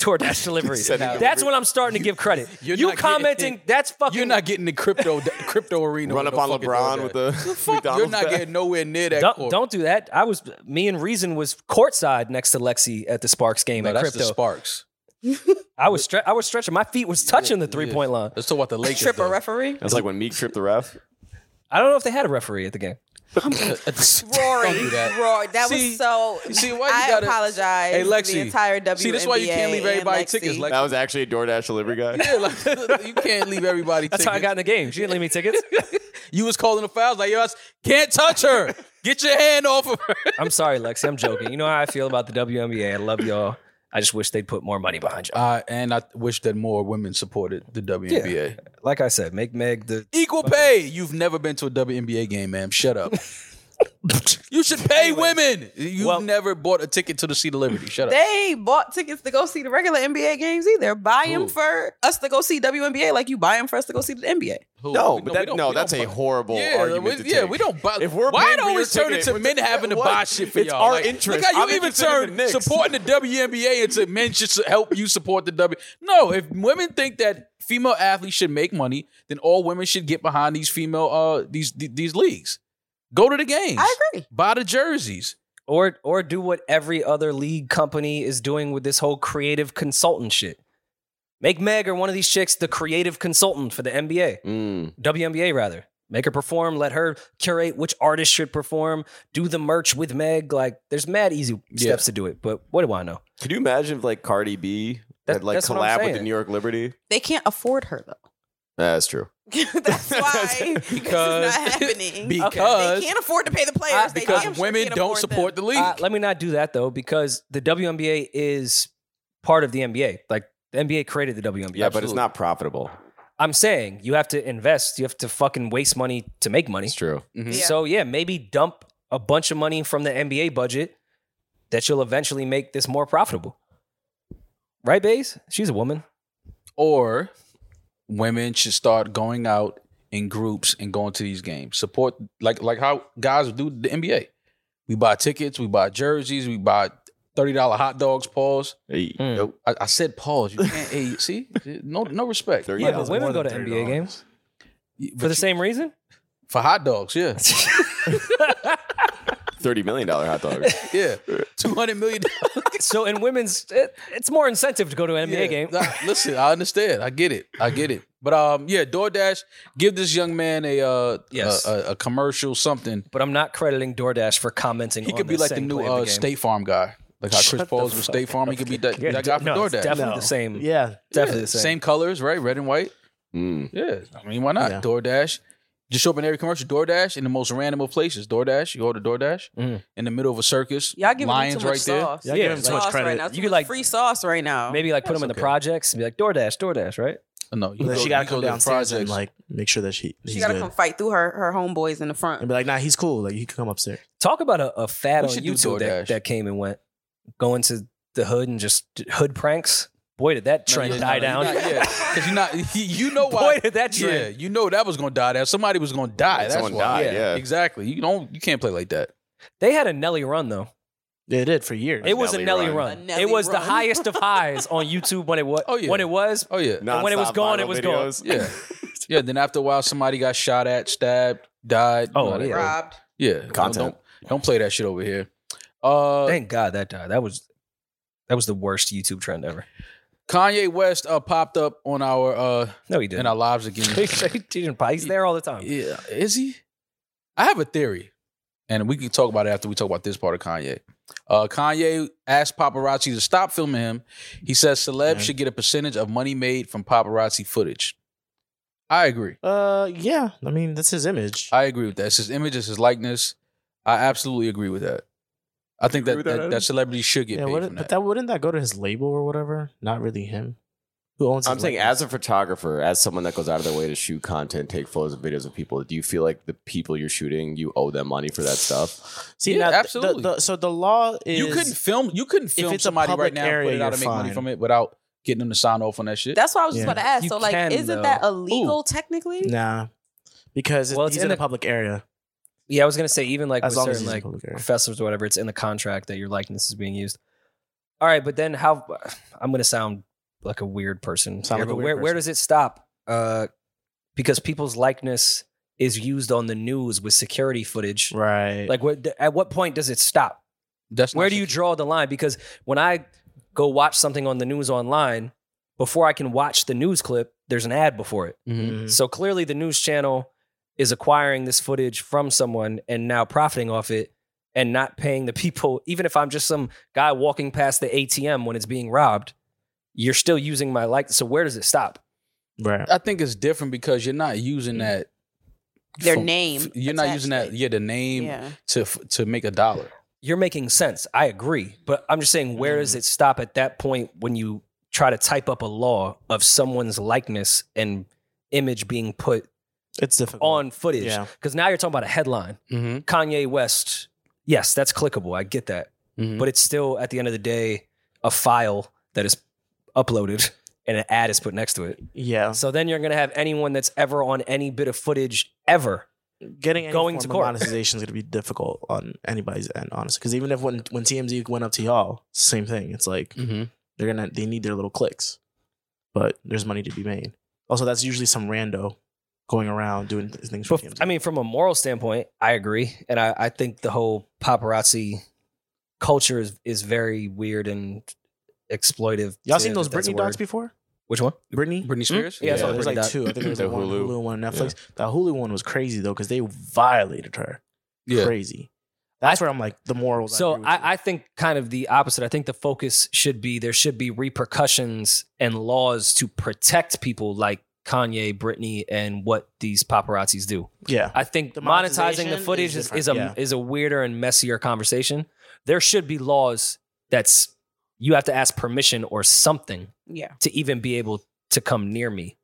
DoorDash deliveries.
Sending
that's when I'm starting to give credit.
You're
you
not getting-
commenting, that's fucking.
You're not getting the crypto crypto arena.
run
with
up
no
on
fucking
LeBron
DoorDash.
with the,
You're
McDonald's
not
bag.
getting nowhere near that
don't,
court.
don't do that. I was me and Reason was courtside next to Lexi at the Sparks game
no,
at
that's
crypto.
the Sparks.
I was stre- I was stretching. My feet was touching the three point line.
Let's talk about the Lakers.
Trip a
though.
referee.
That's like when Meek tripped the ref.
I don't know if they had a referee at the game.
Rory.
Don't do that.
Rory. That
See-
was so
see why you
I
gotta-
apologize.
Hey, Lexi.
The entire WNBA.
See, this is why you can't leave
and
everybody
Lexi.
tickets, Lexi.
That was actually a DoorDash delivery guy.
Yeah, like, you can't leave everybody.
That's how I got in the game. She didn't leave me tickets.
You was calling the fouls like, yo, I s- can't touch her. Get your hand off of her.
I'm sorry, Lexi. I'm joking. You know how I feel about the WNBA. I love y'all. I just wish they'd put more money behind you.
Uh, and I wish that more women supported the WNBA.
Like I said, make Meg the.
Equal pay. You've never been to a WNBA game, ma'am. Shut up. you should pay women. You've
Well-
never bought a ticket to the Seat of Liberty. Shut up.
They ain't bought tickets to go see the regular NBA games either. Buy them
Who?
for us to go see WNBA, like you buy them for us to go see the NBA.
Who?
No,
We-
but
we
that,
don't-
no,
we
that's
don't
a
buy-
horrible
yeah,
argument
we,
to
yeah,
take.
we don't buy.
If we're
why
paying
it
for your
always turn
ticket,
into
what
men
the-
having to
what?
buy shit for
It's
y'all?
our
Like,
interest.
Look how you
I'm
even
interested in
turn
the Knicks.
supporting the WNBA into men should su- help you support the W. No, if women think that female athletes should make money, then all women should get behind these female uh these th- these leagues. Go to the games.
I agree.
Buy the jerseys.
Or or do what every other league company is doing with this whole creative consultant shit. Make Meg or one of these chicks the creative consultant for the NBA.
Mm.
WNBA rather. Make her perform, let her curate which artist should perform, do the merch with Meg. Like there's mad easy
Yeah.
steps to do it, but what do I know?
Could you imagine if like Cardi B
That-
had like
that's what I'm
collab with the
saying.
New York Liberty?
They can't afford her though.
That's true.
That's why this is
Because-
not happening.
because-
they can't afford to pay the players.
Uh,
they
Because
damn sure
women
can't
don't
afford
support
them.
the league.
Uh, let me not do that though, because the WNBA is part of the NBA. Like the NBA created the WNBA.
Yeah, but it's
Absolutely.
not profitable.
I'm saying you have to invest. You have to fucking waste money to make money.
It's true.
Yeah.
So yeah, maybe dump a bunch of money from the NBA budget that you'll eventually make this more profitable. Right, Baze? She's a woman.
or women should start going out in groups and going to these games. Support like like how guys do the NBA. We buy tickets, we buy jerseys, we buy thirty dollar hot dogs. Pause.
Hey,
Hmm.
Mm.
nope.
I, I said pause. You can't. hey, see, no no respect
There you
Yeah,
go.
but women go to NBA games
But
for the
you-
same reason.
for hot dogs. Yeah,
thirty million dollar hot dogs.
Yeah, two hundred million.
So in women's, it, it's more incentive to go to an NBA
Yeah.
game.
Nah, listen, I understand. I get it. I get it. But um, yeah, DoorDash, give this young man a uh,
Yes.
a, a, a commercial something.
But I'm not crediting DoorDash for commenting.
He
on
could be
this
like the
saying
new
play of
uh,
the game.
State Farm guy, like how Chris Paul's with State Farm. He could be that, that guy from
no, it's
DoorDash.
definitely the same.
Yeah.
Definitely
Yeah,
the same.
Same colors, right? Red and white.
Mm.
Yeah, I mean, why not?
Yeah.
DoorDash. Just show up in every commercial. DoorDash in the most random of places. DoorDash. You go to DoorDash
Mhm.
in the middle of a circus.
Y'all giving
lions
him too much
right there.
sauce.
Y'all
Yeah,
give him
it's
too much
sauce
credit.
right now. Too
You
you
could,
could
like-
free sauce right now.
Maybe like put them in
okay.
the projects and be like DoorDash, DoorDash, right?
Oh, No, you
But then
go,
she gotta
you
come
go to the
downstairs and
projects.
like make sure that she he's
she gotta
good.
come fight through her her homeboys in the front.
and be like, nah, he's cool. Like you can come upstairs.
Talk about a, a fad
We
on
should do
YouTube
DoorDash.
that, that came and went. Going to the hood and just d- hood pranks. Boy, did that
No,
trend
you're-
die
no,
down.
you're not- yeah, because you're not. You know why?
Boy, did that
Yeah,
trend.
you know that was gonna die. That somebody was gonna die. That's
Someone
why.
died, yeah.
exactly. You don't. You can't play like that.
They had a Nelly run though.
Yeah, it did for years.
It was a
Nelly
Nelly run.
run.
A Nelly
it was the
run.
highest of highs on YouTube when it was.
Oh, yeah.
When it was,
Oh yeah,
And when it was
Nonstop
gone, it
viral
was gone.
videos.
yeah, yeah. Then after a while, somebody got shot at, stabbed, died.
Oh,
You know,
yeah.
robbed.
yeah. Don't-
Content.
Don't, don't play that shit over here. Uh,
thank God that died. That was that was the worst YouTube trend ever.
Kanye West uh, popped up on our uh,
No, he
in
didn't.
our lives
he
again.
didn't. He's there all the time.
yeah, is he? I have a theory, and we can talk about it after we talk about this part of Kanye. Uh, Kanye asked paparazzi to stop filming him. He says celebs
Mhm.
should get a percentage of money made from paparazzi footage. I agree.
Uh, yeah. I mean, that's his image.
I agree with that. It's his image, it's his likeness. I absolutely agree with that. I think
You agree
that
with
that,
that,
that,
Adam?
celebrities should get
yeah,
paid
what,
from
but
that.
that wouldn't that go to his label or whatever? Not really him. Who owns?
I'm
his
saying,
likeness?
as a photographer, as someone that goes out of their way to shoot content, take photos and videos of people, do you feel like the people you're shooting, you owe them money for that stuff?
See,
Yeah,
now, th-
absolutely.
The, the, so the law is
you couldn't film. You couldn't film
it's a
somebody
public
right now and
area,
put it out
you're
and make money
fine.
from it without getting them to sign off on that shit.
That's what I was just
Yeah.
about to ask.
You
so like,
can,
isn't
though.
that illegal technically?
Nah, because
Well,
well,
it's
it's
in
in a
the-
public area.
Yeah, I was gonna say even like
as
with
long as
certain
it's in
like
a public area.
professors or whatever, it's in the contract that your likeness is being used. All right, but then how? I'm gonna sound like a weird person.
Sound
here,
like
but
a weird
where where does
person.
it stop? Uh, because people's likeness is used on the news with security footage.
Right.
Like, what, at what point does it stop?
That's
Where
not
do you
secure.
draw the line? Because when I go watch something on the news online, before I can watch the news clip, there's an ad before it.
Mhm.
So clearly, the news channel is acquiring this footage from someone and now profiting off it and not paying the people. Even if I'm just some guy walking past the ATM when it's being robbed, you're still using my like. So where does it stop?
right.
I think it's different because you're not
Mm.
using that.
Their
for-
name
f- You're not
attached
using
to
that.
it.
Yeah, the name
Yeah.
to f- to make a dollar.
You're making sense. I agree, but I'm just saying, where does it stop at that point when you try to type up a law of someone's likeness and image being put
It's difficult.
on footage?
Yeah.
Because now you're talking about a headline.
Mm-hmm.
Kanye West. Yes, that's clickable. I get that.
Mm-hmm.
Mhm.
But it's still, at the end of the day, a file that is uploaded and an ad is put next to it.
Yeah.
So then you're going to have anyone that's ever on any bit of footage ever.
Getting any
going
form
to
of
court.
monetization is going to be difficult on anybody's end, honestly. Because even if when when TMZ went up to y'all, same thing. It's like
Mm.
Mm-hmm.
they're gonna they need their little clicks, but there's money to be made. Also, that's usually some rando going around doing th- things. For
But,
TMZ.
I mean, from a moral standpoint, I agree. And I, I think the whole paparazzi culture is, is very weird and exploitive.
y'all
to-
seen those
that's a
Britney
word.
docs before?
Which one?
Britney.
Britney Spears.
Yeah, I
Yeah,
saw the
there's
Britney
like
doc.
two. I think there's
The
like one on
Hulu.
Hulu and one on Netflix. That Hulu one was crazy though because they violated her.
Yeah.
Crazy. That's where I'm like the morals.
So
agree with
I, I think kind of the opposite. I think the focus should be there should be repercussions and laws to protect people like Kanye, Britney, and what these paparazzis do.
you. yeah.
I think
The
monetizing
monetization
the
is
footage is, is, a
different,
is a weirder and messier conversation. There should be laws that's you have to ask permission or something
Yeah.
to even be able to come near me.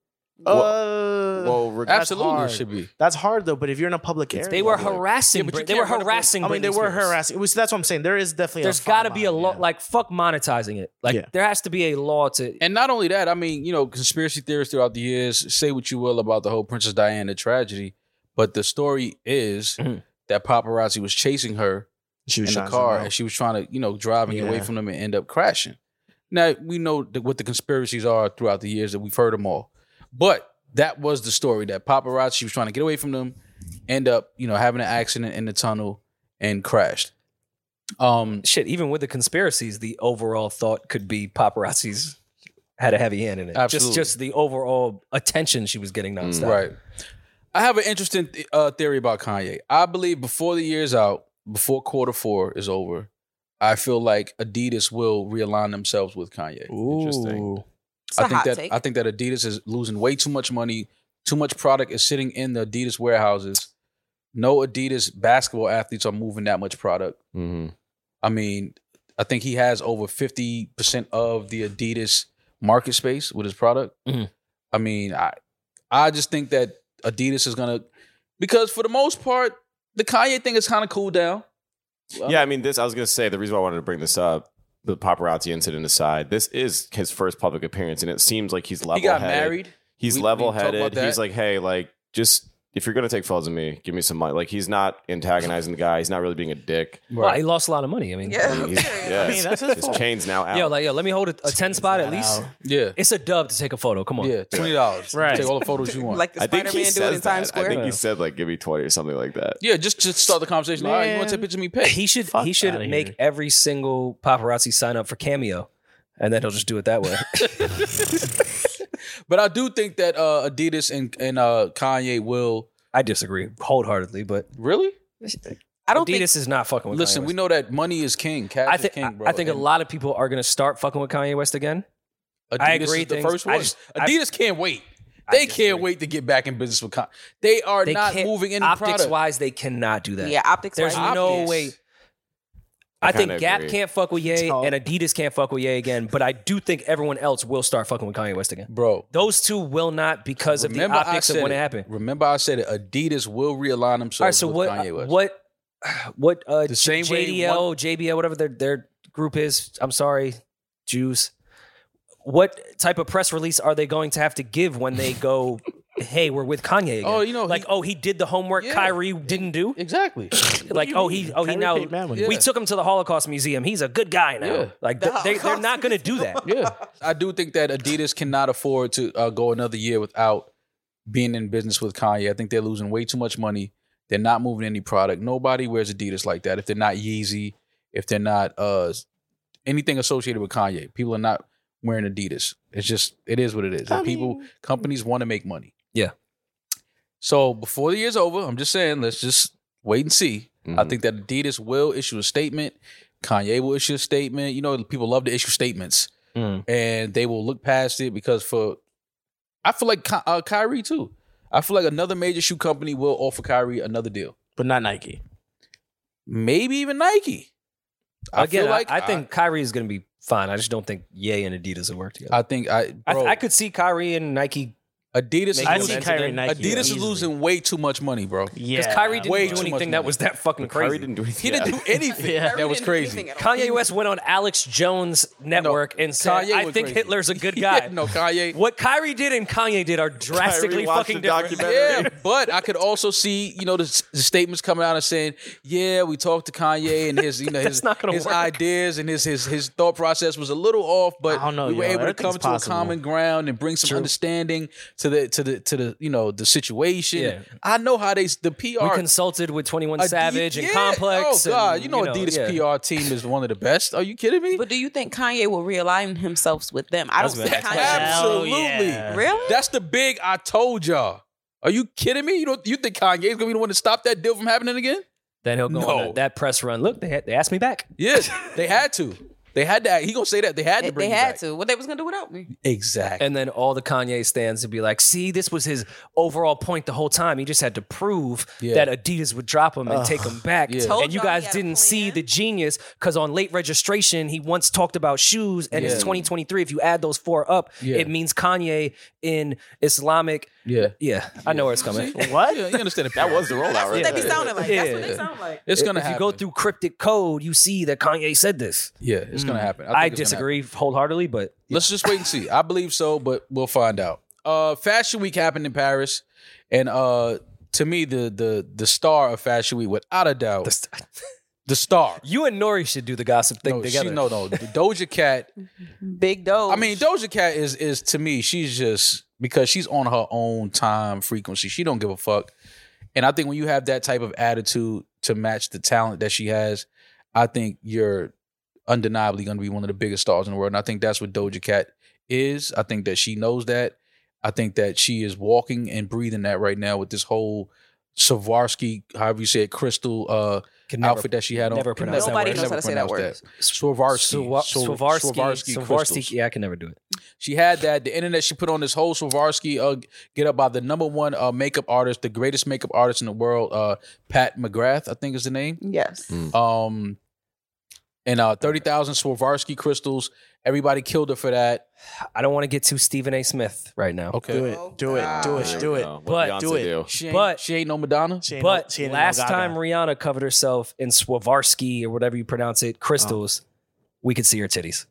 Uh,
Well, reg-
That's
Absolutely, it
hard.
should be.
that's hard though. But if you're in a public area,
They were
though, like-
harassing.
Yeah, but you
Brit- they
can't
were
run a Brit-
harassing.
I mean, they
Britney
were
Spears.
harassing. It was- that's what I'm saying. There is definitely.
There's
got to
be a law. Like fuck monetizing it. Like
Yeah.
there has to be a law to
And not only that, I mean, you know, conspiracy theorists throughout the years say what you will about the whole Princess Diana tragedy, but the story is
Mhm.
that paparazzi was chasing her Mm-hmm.
she
in
was
the
shining
car
out.
and she was trying to, you know, driving away
Yeah.
from them and end up crashing. Now, we know that what the conspiracies are throughout the years that we've heard them all. But that was the story that paparazzi was trying to get away from them, end up, you know, having an accident in the tunnel, and crashed. Um,
Shit, even with the conspiracies, the overall thought could be paparazzi's had a heavy hand in it.
Absolutely.
Just
Mm,
just the overall attention she was getting nonstop.
Right. I have an interesting th- uh, theory about Kanye. I believe before the year's out, before quarter four is over, I feel like Adidas will realign themselves with Kanye.
Interesting.
It's
I
a
think
hot
that
take.
I think that Adidas is losing way too much money. Too much product is sitting in the Adidas warehouses. No Adidas basketball athletes are moving that much product.
Mm-hmm.
I mean, I think he has over 50% of the Adidas market space with his product.
Mhm.
I mean, I I just think that Adidas is gonna because for the most part, the Kanye thing is kind of cooled down. Uh,
Yeah, I mean, this. I was gonna say the reason why I wanted to bring this up, the paparazzi incident aside, this is his first public appearance, and it seems like he's
he
level.
got married.
He's
We- we talked about
level headed.
that.
He's like, hey, like just if you're gonna take photos of me, give me some money. Like he's not antagonizing the guy. He's not really being a dick.
Well, he lost a lot of money. I mean,
Yeah.
He's- yeah,
I mean, that's his
his
fault.
chain's now out.
yo, like yo, let me hold a, a ten spot at least.
Yeah.
It's a dub to take a photo. Come on.
Yeah, twenty dollars.
Right.
Take all the photos you want.
like the
I think
Spider
he
Man
said
doing in Times
I
Square.
think he said like give me twenty or something like that.
yeah, just just start the conversation. All right, you want to take a picture of me? Pay.
He should
Fuck
he should
outta
make
here.
every single paparazzi sign up for cameo, and then he'll just do it that way.
But I do think that uh, Adidas and and uh, Kanye will
I disagree wholeheartedly, but
really
I don't
Adidas is not fucking with
listen.
Kanye
We
West.
know that money is king. Cash
I think
is king, bro.
I think a
And
lot of people are gonna start fucking with Kanye West again.
Adidas
I agree
Is the
things-
first
I
one.
just- I-
Adidas can't wait.
I
They
disagree.
can't wait to get back in business with Kanye. They are
They
not
can't-
moving in the
optics
product.
wise, they cannot do that.
think yeah, optics.
There's
wise.
no
Optics.
way.
I
I, think
kinda
Gap
agree.
can't fuck with Ye
Tell-
and Adidas can't fuck with Ye again, but I do think everyone else will start fucking with Kanye West again.
bro.
Those two will not because
Remember I
of the optics of
said
when it
it.
happened.
Remember, I said it. Adidas will realign themselves
All right, so
with
what?
Kanye West.
What? What? Uh,
The same way
JDL, JBL, whatever their their group is. I'm sorry, Jews. What type of press release are they going to have to give when they go? hey, we're with Kanye again.
Oh, you know,
like
he-
oh, he did the homework
Yeah.
Kyrie didn't do.
exactly.
Like oh, he oh he now
Yeah.
we took him to the Holocaust Museum. He's a good guy now.
Yeah.
Like th- they, they're not going to do that.
yeah, I do think that Adidas cannot afford to uh, go another year without being in business with Kanye. I think they're losing way too much money. They're not moving any product. Nobody wears Adidas like that. If they're not Yeezy, if they're not uh, anything associated with Kanye, people are not wearing Adidas. It's just it is what it is.
I
And people
mean-
companies want to make money.
Yeah.
So before the year's over, I'm just saying, let's just wait and see. I
Mhm.
think that Adidas will issue a statement. Kanye will issue a statement. You know, people love to issue statements,
Mm.
and they will look past it because for I feel like Ky- uh, Kyrie too. I feel like another major shoe company will offer Kyrie another deal,
but not Nike.
maybe even Nike. I
Again, I,
feel like
I, think Kyrie is going to be fine. I just don't think Ye and Adidas will work together.
I, think I,
I,
bro,
I, could see Kyrie and Nike
Adidas
I
is
see
losing,
Kyrie
Adidas is
easily.
losing way too much money, bro.
Yeah,
because Kyrie didn't
Way
do
too much
anything that
money.
was that fucking
Kyrie
crazy.
didn't do
He
anything.
didn't do anything
Yeah.
that was crazy.
Kanye West went on Alex Jones Network and said,
Kanye
"I
was
think
crazy.
Hitler's a good guy."
Yeah, no, Kanye.
What Kyrie did and Kanye did are drastically
watched
fucking
the
different.
documentary.
Yeah, but I could also see, you know, the, the statements coming out and saying, "Yeah, we talked to Kanye and his, you know,
That's
his,
not gonna
his
work.
ideas and his his his thought process was a little off, but
I don't know,
we were
yo.
able to come
Everything's
to a
possible.
common ground and bring some
True.
understanding to the to the to the you know the situation.
Yeah.
I know how they the PR
We consulted with Twenty One
Adi-
Savage and
yeah.
Complex.
Oh God,
and,
you know, Adidas
yeah.
PR team is one of the best. Are you kidding me?
But do you think Kanye will realign himself with them? I don't
That's
see
bad.
Kanye.
Absolutely.
yeah.
Really?
That's the big I told y'all. Are you kidding me? You don't you think Kanye's gonna be the one to stop that deal from happening again?
Then he'll go
No.
on that, that press run. Look, they had, they asked me back.
Yes, they had to. They had to. He gonna say that they had
They,
to bring.
they
him
had
back.
to. What they was gonna do without me?
Exactly.
And then all the Kanye stands would be like, see, this was his overall point the whole time. He just had to prove
Yeah.
that Adidas would drop him and take him back.
Yeah.
Told
And you
y'all he
guys
had a
didn't see
plan.
the genius because on late registration, he once talked about shoes and
Yeah.
it's 2023. If you add those four up,
Yeah.
it means Kanye in Islamic.
yeah.
Yeah, I know where it's coming.
What? Yeah, you understand?
That was the
That's
rollout. right
what they be
there.
sounding like. That's what
Yeah.
they sound like.
It's gonna
if
happen.
you go through cryptic code, you see that Kanye said this. Mm.
yeah, it's gonna happen. think
I,
it's gonna happen.
disagree wholeheartedly, but
Let's just wait and see. I believe so, but we'll find out. Uh, Fashion Week happened in Paris, and uh, to me, the the the star of Fashion Week, without a doubt, the, star.
you and Nori should do the gossip thing
no, she-
together.
no, no. Doja Cat
Big Doge.
I mean, Doja Cat is is to me, she's just because she's on her own time frequency. She don't give a fuck. And I think when you have that type of attitude to match the talent that she has, I think you're undeniably going to be one of the biggest stars in the world. And I think that's what Doja Cat is. I think that she knows that. I think that she is walking and breathing that right now with this whole Savarsky, however you say it, crystal uh,
Can
outfit that she had on.
never
Can
pronounce that
Nobody
word.
knows how to say that
pronounce
word.
Swarovski.
Swa-
Swa-
Swarovski.
Swarovski crystals.
Swarovski. Yeah, I can never do it.
She had that. The internet she put on this whole Swarovski uh, get up by the number one uh, makeup artist, the greatest makeup artist in the world, uh, Pat McGrath, I think is the name.
Yes.
Mm.
Um, and uh, thirty thousand Swarovski crystals. Everybody killed her for that.
I don't want to get too Stephen A. Smith right now.
Okay,
Do it. Do it. Do it.
There
Do
we
it.
go. What
But
Beyonce
do it.
do.
She ain't,
But-
she ain't no Madonna.
She ain't no-
But
she ain't no
last
Gaga.
time Rihanna covered herself in Swarovski or whatever you pronounce it, crystals, we could see her titties.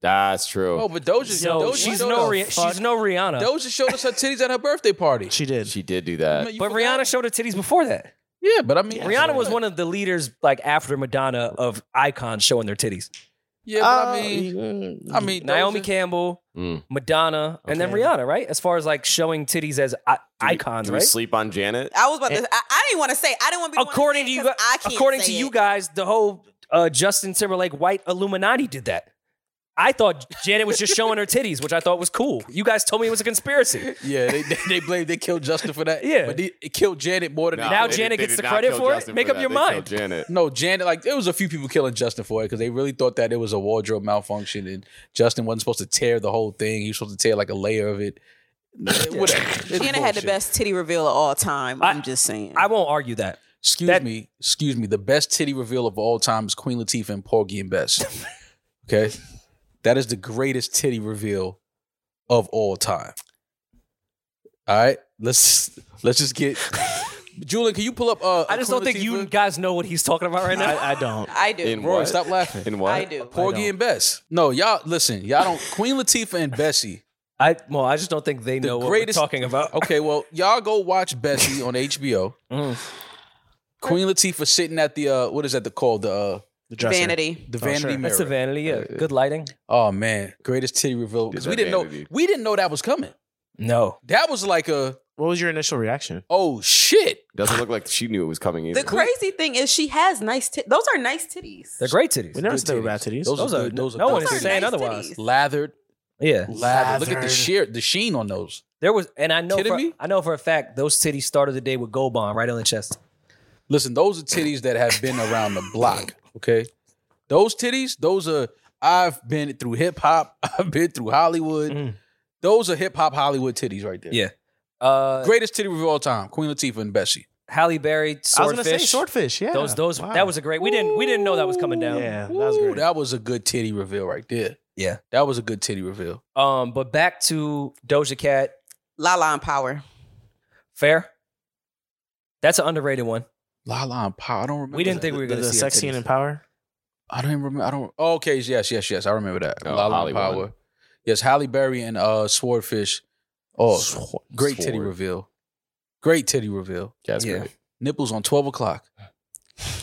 That's true.
Oh, but Doja,
So
Doja
she's
showed
no,
us-
Rih- she's no Rihanna.
Doja showed us her titties at her birthday party.
she did.
she did do that.
You
but
forgot?
Rihanna showed her titties before that.
yeah, but I mean,
Rihanna was one of the leaders, like after Madonna, of icons showing their titties.
Yeah, but
Uh,
I mean, I mean,
Naomi
Doja-
Campbell,
Mm.
Madonna, and then
Okay.
Rihanna, right? As far as like showing titties as I-
Do we-
icons,
do we
right?
sleep on Janet?
I was about to. I, I didn't want to say. I didn't want to be. the one
according to
say it
you,
'cause
gu-
I can't
according
say
to
it.
you guys, the whole uh, Justin Timberlake white Illuminati did that. I thought Janet was just showing her titties, which I thought was cool. You guys told me it was a conspiracy.
Yeah, they, they, they blame they killed Justin for that.
Yeah.
but they, it killed Janet more than
No,
they
Now
they did-
Janet
they
gets
did
the
not
credit
kill
for it?
Justin
Make up
that.
your
They killed
mind.
Janet.
No, Janet, like there was a few people killing Justin for it because they really thought that it was a wardrobe malfunction and Justin wasn't supposed to tear the whole thing. He was supposed to tear like a layer of it. Whatever. It's
Janet had the
bullshit.
best titty reveal of all time.
I-
I'm just saying.
I won't argue that.
Excuse
that-
me, excuse me. The best titty reveal of all time is Queen Latifah and Porgy and Bess. okay, that is the greatest titty reveal of all time. All right, let's let's just get. Julian, can you pull up? Uh,
I just don't
Queen
think you
Latifah?
guys know what he's talking about right now.
I, I don't.
I do.
In
Roy,
what?
stop laughing.
In what?
I do.
Porgy and Bess. No, y'all listen. Y'all don't. Queen Latifah and Bessie.
I well, I just don't think they
The
know
greatest-
what we're talking about.
Okay, well, y'all go watch Bessie on HBO.
Mm.
Queen Latifah sitting at the uh, what is that the call the uh,
The dresser.
Vanity.
the
Oh, sure.
vanity mirror.
That's a vanity. Yeah,
Uh,
good lighting.
oh man, greatest titty reveal because
Did
we
that
didn't know
vanity.
we didn't know that was coming.
No,
That was like a
What was your initial reaction?
oh shit.
Doesn't look like she knew it was coming either.
The crazy thing is, she has nice titties. Those are nice titties.
they're great titties.
We never
Good
said they were bad titties.
Those,
Those
are,
are-
good. those are
no
good
one is
titties.
Those are
saying
nice
otherly.
titties.
lathered,
Yeah,
lathered. Look at the
Lathered.
sheer the sheen on those.
there was, and I know,
Kidding
for,
me?
I know for a fact those titties started the day with Gold Bond right on the chest.
Listen, those are titties that have been around the block. Okay, those titties, those are. I've been through hip hop. I've been through Hollywood.
Mm.
Those are hip hop Hollywood titties right there.
Yeah. Uh,
Greatest titty review of all time, Queen Latifah and Bessie.
Halle Berry,
I was
swordfish.
gonna say swordfish. Yeah.
Those, those.
Wow.
That was a great. We didn't, we didn't know that was coming down.
Yeah, that was
Ooh,
great.
that was a good titty reveal right there.
Yeah.
That was a good titty reveal.
Um, but back to Doja Cat.
Lala and Power.
Fair. That's an underrated one.
La La and Pa. I don't remember.
We didn't
that.
think we were
the,
going to
the
see
sex
sex
scene in power.
I don't even remember. I don't. Oh, okay. Yes, yes, yes. I remember that.
Oh,
La La
Holly
and
won.
Power. Yes, Halle Berry and uh, Swordfish. Oh,
Sword-
great titty
Sword.
reveal. Great titty reveal.
Yeah, it's
Yeah.
great.
Nipples on twelve o'clock.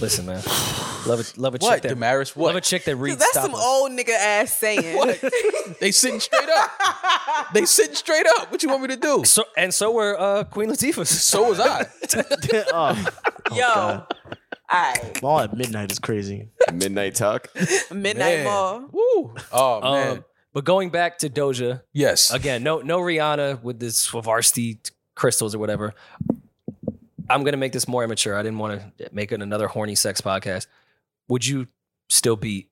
Listen, man, love a, love a
What,
chick that
Damaris?
love a
What?
chick that reads.
That's
Stop
some
Us.
old nigga ass saying.
What? they sitting straight up. They sitting straight up. What you want me to do?
So and so were uh, Queen Latifah's.
So was I.
oh,
Yo. All right.
mall at midnight is crazy.
Midnight Tuck.
Midnight
Man.
Mall.
Woo. Oh man.
Um, but going back to Doja
yes.
again, no, no Rihanna with this Swarovski t- crystals or whatever. I'm gonna make this more immature. I didn't want to make it another horny sex podcast. Would you still be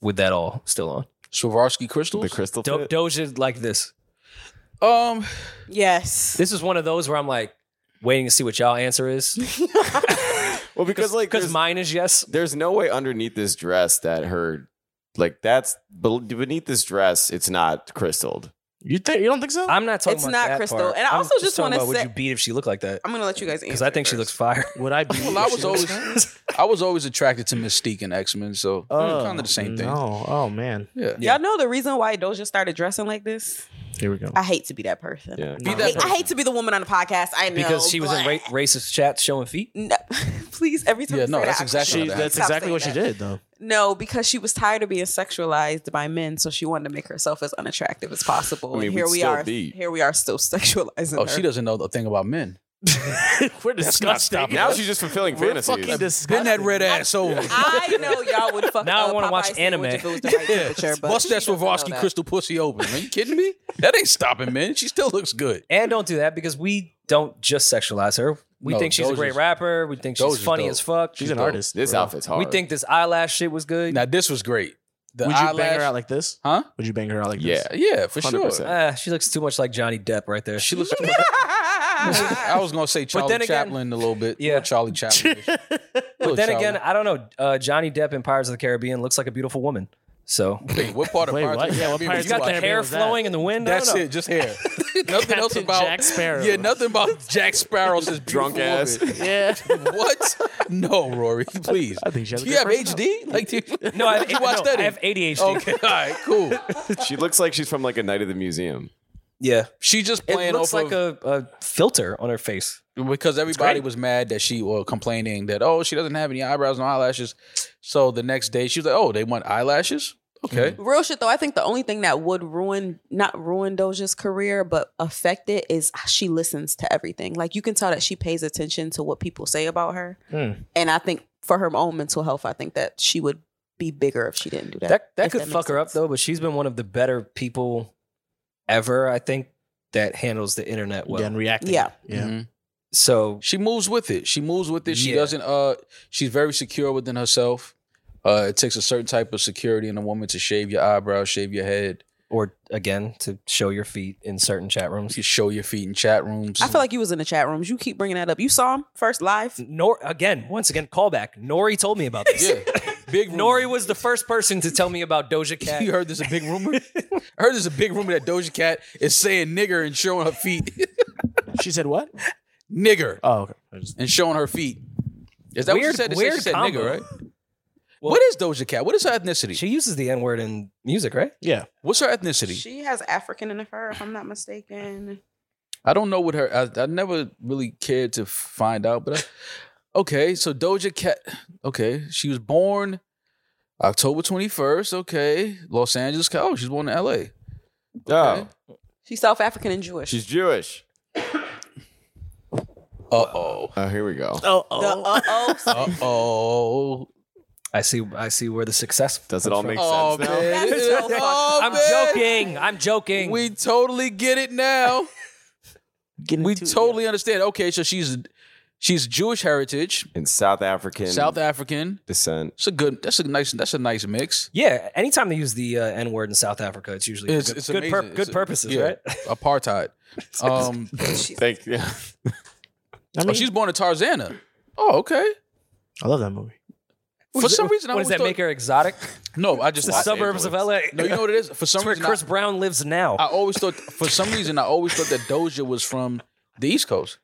with that all still on?
Swarovski crystals.
The crystal.
Do-
fit?
Doja like this.
um.
Yes.
This is one of those where I'm like waiting to see what y'all answer is
Well, because like
because
there's,
mine is yes.
there's no way underneath this dress that her like that's bel- beneath this dress it's not crystalled.
You think you don't think so?
I'm not talking
It's
about
not
that
crystal.
part.
And I
I'm
also just
talking
wanna
about would
say-
you beat if she looked like that?
I'm gonna let you guys answer.
Because I think she looks
first.
fire.
Would I be?
Well, I
if
was
she
always,
that?
I was always attracted to Mystique and X Men, so
Oh,
kind of the same thing.
No. Oh man.
Yeah.
Yeah.
Y'all know the reason why Doja started dressing like this?
Here we go.
I hate to be that person.
Yeah.
Be
I,
that
hate, I
person.
hate to be the woman on the podcast. I know
because she was in ra-
but-
racist chats showing feet.
No, please, every time.
Yeah,
you say
no, that's
that, I-
exactly
She,
Stop
that's
Stop
exactly
saying
what she
that.
did, though.
No, because she was tired of being sexualized by men, so she wanted to make herself as unattractive as possible.
I mean,
and here
we'd
we
still
are.
be.
Here we are, still sexualizing
Oh,
her.
she doesn't know the thing about men.
We're disgusting.
Now she's just fulfilling
We're
fantasies.
fucking disgusting.
Bend that red ass over.
I know y'all would fuck
Now I
up
wanna
Popeye's
watch
sandwich
anime.
If it was the right temperature, but
Bust that
she doesn't know
Swarovski
that.
crystal pussy open. Man, you kidding me? That ain't stopping, man. She still looks good.
And don't do that because we don't just sexualize her. We
No,
think she's a
Doja's-
great rapper. We think
Doja's
she's funny
dope.
as fuck.
She's an
dope.
artist.
this
for real.
outfit's hard.
We think this eyelash shit was good.
Now this was great. The
Would you bang
eyelash-
her out like this?
Huh?
Would you bang her out like
Yeah.
this?
Yeah, for sure.
100%.
Ah, she looks too much like Johnny Depp right there.
She looks. I was gonna say Charlie
then again-
Chaplin a little bit.
Yeah.
Little Charlie Chaplin.
But then again, I don't know. Uh, Johnny Depp in Pirates of the Caribbean looks like a beautiful woman. So
Wait, what part of
Wait,
Pirates
what?
of the
Yeah, what
Caribbean was
Pirates
you
It's
you
got
like-
the
watching?
hair
was that?
flowing in the wind. I
That's
don't know.
it, just hair. nothing else
Captain
about
Jack Sparrow.
Yeah, nothing about Jack Sparrow. This
Drunk
beautiful
ass.
woman.
Yeah.
What? No, Rory, please.
I think she has a
Do you
good
have HD? Like, do you,
No, I have,
you watch that?
I
in? Oh,
have ADHD.
Okay, all right, cool.
she looks like she's from like a night at the museum.
Yeah,
She just
it
playing
looks
off
like
of,
a, a filter on her face.
because everybody
great.
was mad that she or complaining that oh she doesn't have any eyebrows and eyelashes. So the next day she was like oh they want eyelashes. Okay,
Real shit though. I think the only thing that would ruin, not ruin Doja's career, but affect it is she listens to everything. Like you can tell that she pays attention to what people say about her.
Hmm.
And I think for her own mental health, I think that she would be bigger if she didn't do that.
That that
If
could
makes
fuck her up
sense.
though, but she's been one of the better people ever. I think that handles the internet well.
yeah, and reacting.
Yeah.
Yeah.
Mhm.
So
she moves with it. She moves with it. She
Yeah.
doesn't. Uh, she's very secure within herself. Uh, it takes a certain type of security in a woman to shave your eyebrows, shave your head,
or again to show your feet in certain chat rooms.
to show your feet in chat rooms.
I feel like you was in the chat rooms. You keep bringing that up. You saw him first live.
Nor again, once again, callback. Nori told me about this.
yeah, big room.
Nori was the first person to tell me about Doja Cat.
You heard there's a big rumor. I heard there's a big rumor that Doja Cat is saying nigger and showing her feet.
She said what?
nigger
Mm-hmm. Oh, okay. I just-
and showing her feet. Is that what
Weird-
she said? They said
weird
she said
combo.
nigger, right?
Well-
what is Doja Cat? What is her ethnicity?
She uses the N word in music, right?
Yeah.
What's her ethnicity?
She has African in her, if I'm not mistaken.
I don't know what her. I, I never really cared to find out, but I, okay. So Doja Cat. Okay, she was born October twenty first. Okay, Los Angeles. Cal- Oh, she's born in L.A.
Oh,
She's South African and Jewish.
she's Jewish.
Uh oh.
Oh, here we go.
Oh,
The uh-oh.
Uh oh.
I see. I see where the success.
Does it all make
Oh
sense now?
man.
That's so fucked
Oh,
I'm
man.
joking. I'm joking.
We totally get it now.
Getting
We
too-
totally understand. Okay, so she's she's Jewish heritage,
In South African
South African.
descent.
It's a good. That's a nice. That's a nice mix.
yeah. Anytime they use the uh, N word in South Africa, it's usually
It's,
for good,
it's
good,
amazing.
pur- good
It's-
purposes,
yeah.
right?
Apartheid. Um,
Thank you.
I,
oh,
mean,
she's born in Tarzana. Oh, okay.
I love that movie.
For some reason, I
what does
always
that
thought-
make her exotic?
No, I just
The
I-
suburbs of LA.
No, you know what it is. For some
That's where
reason,
Chris
I,
Brown lives now.
I always thought. For some reason, I always thought that Doja was from the East Coast.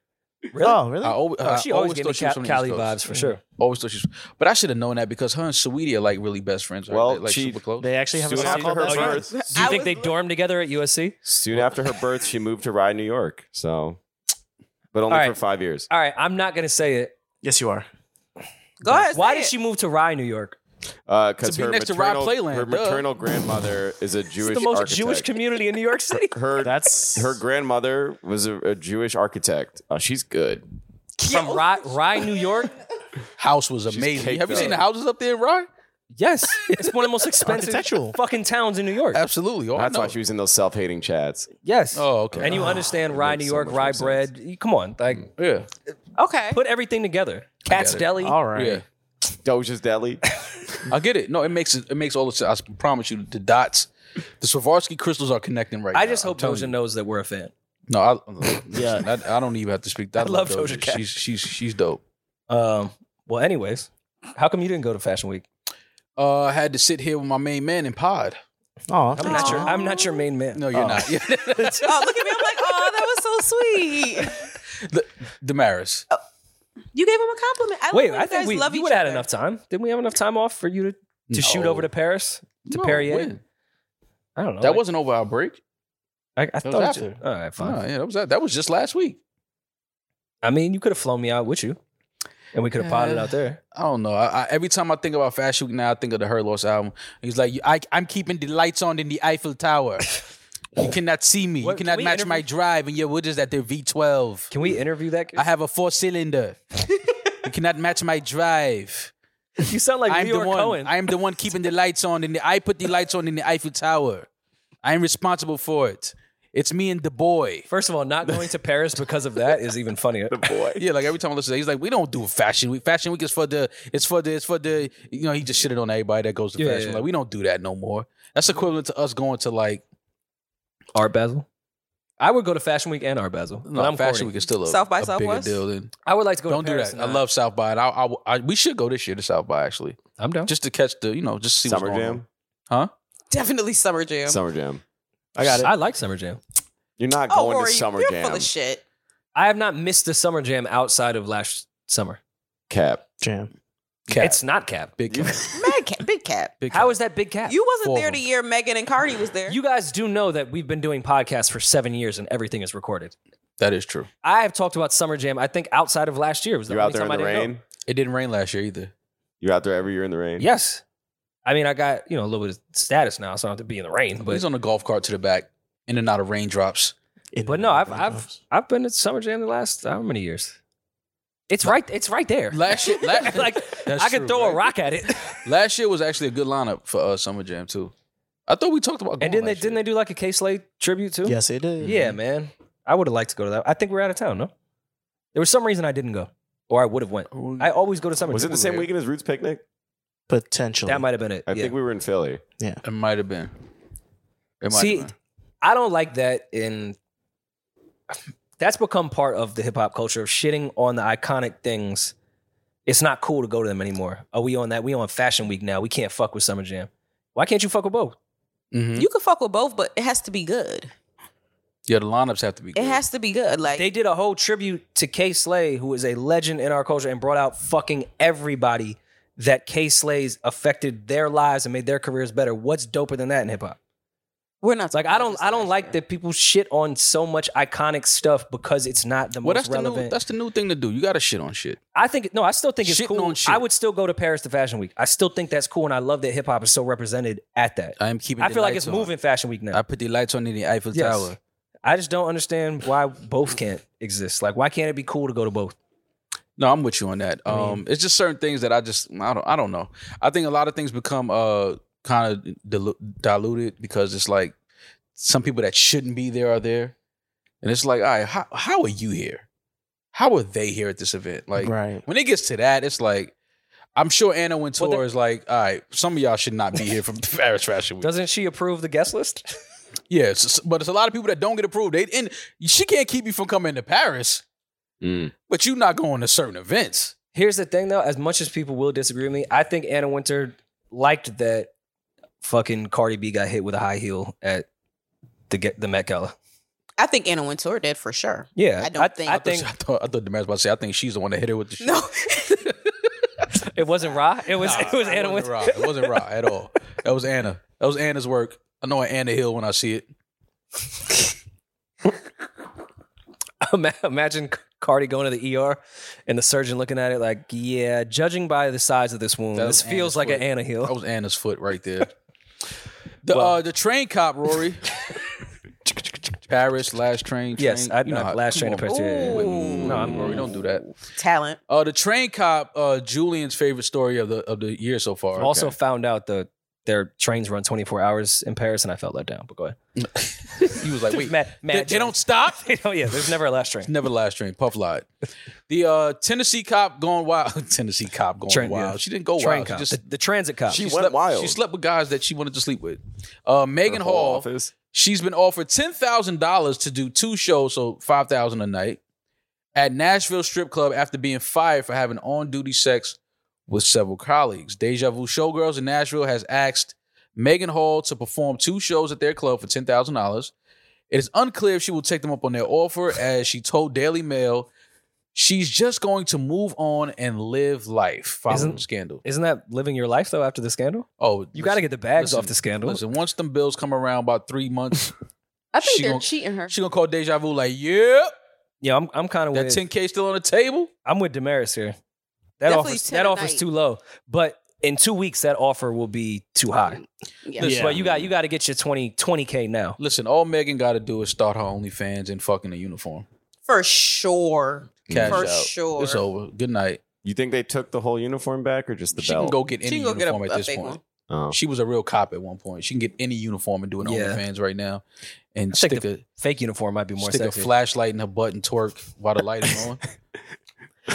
really?
Oh, really?
I uh, always,
Oh, she always, gave
thought she
me
was
Ca-
from the
Cali
East Coast. Mm-hmm.
vibes for sure.
Always thought she was, but I should have known that because her and Saweetie are like really best friends. Right?
Well,
They're, like
she-
super close.
they actually have a
Soon
song
after
called
her
that.
birth,
Do you
I
think they
was li-
dorm together at USC?
soon after her birth, she moved to Rye, New York. So, but only
All right.
for five years.
All right, I'm not gonna say it.
Yes, you are.
Go ahead.
Why
say
did
it.
she move to Rye, New York?
Because
To be
Uh, her
next to Rye
maternal,
Playland,
her
duh.
maternal grandmother is a
It's
Jewish
the most
architect.
Jewish community in New York City.
her
That's
her grandmother was a, a Jewish architect. Oh, she's good.
From Rye, Rye, New York?
House was amazing.
caked
Have you seen
up.
the houses up there in Rye?
Yes. It's one of the most expensive
Architectual.
fucking towns in New York.
Absolutely. Oh, I
That's
know.
why she was in those self-hating chats.
Yes.
Oh, okay.
And you understand Rye,
makes
New
so
York,
much
Rye
more sense.
bread. You- Come on. Like
yeah.
Okay.
put everything together. Cat's
Mm. it.
Deli.
All right.
Yeah.
Doja's Deli.
I get it. No, it makes it, it makes all the sense. I promise you, the dots, the Swarovski crystals are connecting right now.
I just
I'm
hope
telling
Doja
you.
knows that we're a fan.
No, I,
Yeah.
yeah, I, I don't even have to speak. I,
love Doja Cat.
She's she's she's dope.
Um, well, anyways, how come you didn't go to Fashion Week?
Uh, I had to sit here with my main man in pod.
Oh,
I'm not your I'm not your main man.
No, you're
Oh.
not.
oh, look at me. I'm like, oh, that was so sweet.
Damaris.
Oh,
You gave him a compliment. I
Wait,
love when
I
you
think
guys
we
love
you
each
would have had
other.
enough time. Didn't we have enough time off for you to, to shoot
No.
over to Paris to
No,
Perrier?
when?
I don't know.
That
Like,
wasn't over our break.
I, I
was
thought it
after.
all right, fine.
No, yeah, that was that. That was just last week.
I mean, you could have flown me out with you, and we could have potted
Uh,
Yeah.
out there.
I don't know. I, I, every time I think about Fashion Week now, I think of the Her Loss album. He's like, I, I'm keeping the lights on in the Eiffel Tower. You cannot see me.
What-
you cannot
we
match
interview-
my drive. And yeah, what is that? They're V12.
Can we interview that? kid?
I have a four cylinder. you cannot match my drive.
you sound like
I'm
Leor
the one.
Cohen.
I am the one keeping the lights on, and I put the lights on in the Eiffel Tower. I am responsible for it. It's me and the boy.
First of all, not going to Paris because of that is even funnier.
Yeah, like every time I listen to that, he's like, "We don't do fashion week. Fashion week is for the, it's for the, it's for the, you know." He just shitted on everybody that goes to
Yeah,
fashion.
yeah.
Like we don't do that no more. That's equivalent to us going to like
Art Basel. I would go to Fashion Week and Art Basel.
no,
but I'm
fashion
corny.
week is still a
South by
a bigger
Southwest?
deal than-
I would like to go.
Don't
to
do
Paris
that.
and
I love South by, and I, I, I- we should go this year to South by actually,
I'm down.
just to catch the, you know, just see
Summer
what's going
Jam.
on. Huh?
Definitely summer jam.
Summer Jam.
I got it.
I like Summer Jam.
You're not
oh,
going
Rory,
to Summer
you're
Jam.
full of shit.
I have not missed the Summer Jam outside of last summer.
Cap.
Jam.
Cap.
It's not cap.
big cap.
Mad cap, big cap.
Big
How
cap.
is that big cap?
You wasn't
Four of
there the
them.
year Megan and Cardi was there.
You guys do know that we've been doing podcasts for seven years and everything is recorded.
that is true.
I have talked about Summer Jam. I think outside of last year was the
You're out
only
there in
time
the
I didn't
rain.
go.
It didn't rain last year either.
You're out there every year in the rain.
Yes, I mean I got you know a little bit of status now, so I don't have to be in the rain.
But
But
he's on a golf cart to the back, in and out of raindrops.
but no, I've I've I've been at Summer Jam the last how many years? It's right. It's right there.
Last year, la-
like
That's
I could
true,
throw a
right?
rock at it.
Last year was actually a good lineup for uh, Summer Jam too. I thought we talked about.
and
going
didn't they
last year.
didn't they do like a K Slade tribute too?
Yes, it is.
Yeah, man. I would have liked to go to that. I think we are out of town. No, there was some reason I didn't go, or I would have went. I always go to Summer.
Was
Jam.
it the same weekend as Roots Picnic?
Potentially.
That might have been it.
I
yeah.
think we were in Philly.
It might have been. It might
See,
have been.
I don't like that in that's become part of the hip hop culture of shitting on the iconic things. It's not cool to go to them anymore. Are we on that? We on Fashion Week now. We can't fuck with Summer Jam. Why can't you fuck with both?
Mhm.
You can fuck with both, but it has to be good.
Yeah, the lineups have to be.
It
Good.
has to be good. Like
They did a whole tribute to K Slay, who is a legend in our culture, and brought out fucking everybody that K Slay's affected their lives and made their careers better. What's doper than that in hip hop?
we're not
It's like I don't I don't like that people shit on so much iconic stuff because it's not the
Well,
most
that's the
relevant.
new. That's the new thing to do. You got to shit on shit.
I think no, I still think it's
Shitting
cool.
on shit.
I would still go to Paris to Fashion Week. I still think that's cool, and I love that hip hop is so represented at that.
I am keeping.
I
the
feel like
lights
it's
on.
moving Fashion Week
I
now.
put the lights on in the Eiffel
Yes.
Tower.
I, just don't understand why both can't exist. Like, why can't it be cool to go to both?
No, I'm with you on that.
I mean-
um, it's just certain things that I just I don't I don't know. I think a lot of things become uh kind of dilu- diluted because it's like some people that shouldn't be there are there, and it's like, all right, how how are you here? How are they here at this event? Like
right.
when it gets to that, it's like. I'm sure Anna Wintour
Well, that-
is like, all right, some of y'all should not be here from Paris Fashion Week.
Doesn't she approve the guest list?
yeah, it's- it's- but it's a lot of people that don't get approved. They and she can't keep you from coming to Paris,
Mm.
but you not going to certain events.
Here's the thing, though. As much as people will disagree with me, I think Anna Winter liked that fucking Cardi B got hit with a high heel at the get the Met Gala.
I think Anna Wintour did for sure.
Yeah,
I don't think-
I
I
think
thought, I thought, I thought the man's about to say, I think she's the one that hit her with the shit.
No,
it wasn't Ra. It was it was Anna Winter.
wasn't Ra. It wasn't Ra at all. That was Anna. That was Anna's work. I know an Anna Hill when I see it.
Ima- Imagine Cardi going to the ER and the surgeon looking at it like, yeah, judging by the size of this wound,
That
this
was
feels
Anna's
like an
foot.
Anna
That
heel.
was Anna's foot right there. The
Well-
uh, the train cop, Rory. Paris last train. train
Yes, I
you know
know.
how-
Last train
come
to Paris. yeah, yeah, yeah.
on.
No, I'm
Rory, don't do that.
talent.
Uh, the train cop, uh, Julian's favorite story of the of the year so far.
Also found out that their trains run 24 hours in Paris, and I felt let down. But go ahead.
he was like, "Wait,
Mad-
they,
mad
they
train.
don't stop."
oh yeah, there's never a last train.
Never last train. Puff lied. The uh, Tennessee cop going wild. Tennessee cop going
Train,
wild.
yeah.
She didn't go
train
wild.
cop.
She just
the, the transit cop.
She
she
went
slept,
wild.
She slept with guys that she wanted to sleep with. Uh, Megan
Her
Hall.
whole Office.
She's been offered ten thousand dollars to do two shows, so five thousand a night, at Nashville strip club after being fired for having on-duty sex with several colleagues. Deja Vu Showgirls in Nashville has asked Megan Hall to perform two shows at their club for ten thousand dollars. It is unclear if she will take them up on their offer, as she told Daily Mail she's just going to move on and live life following
Isn't-
the scandal.
Isn't that living your life though? After the scandal,
Oh,
you got to get the bags
listen,
off the scandal.
Listen, once them bills come around about three months,
I think
She
they're
gon-
cheating her.
she gonna call Deja Vu like, yep,
Yeah, I'm I'm kind of
that
with.
ten k still on the table.
I'm with Damaris here. That
Definitely
offers
10
that
a
offers
night.
too low. But in two weeks that offer will be too high.
Oh, Yeah.
That's
Yeah.
why you got you got to get your 20 20k now.
Listen, all Megan got to do is start her OnlyFans in fucking a uniform.
For sure.
Mm-hmm.
Cash
For
out.
sure.
It's over. Good night.
You think they took the whole uniform back or just the
she
belt?
can go get
She
any
can go get a-
uniform
a
at this
fake
point.
one.
oh.
She was a real cop at one point. She can get any uniform and do an
Yeah.
OnlyFans right now, and
I think
stick a
Fake uniform might be more
stick
sexy.
a flashlight in her butt and twerk while the light is on.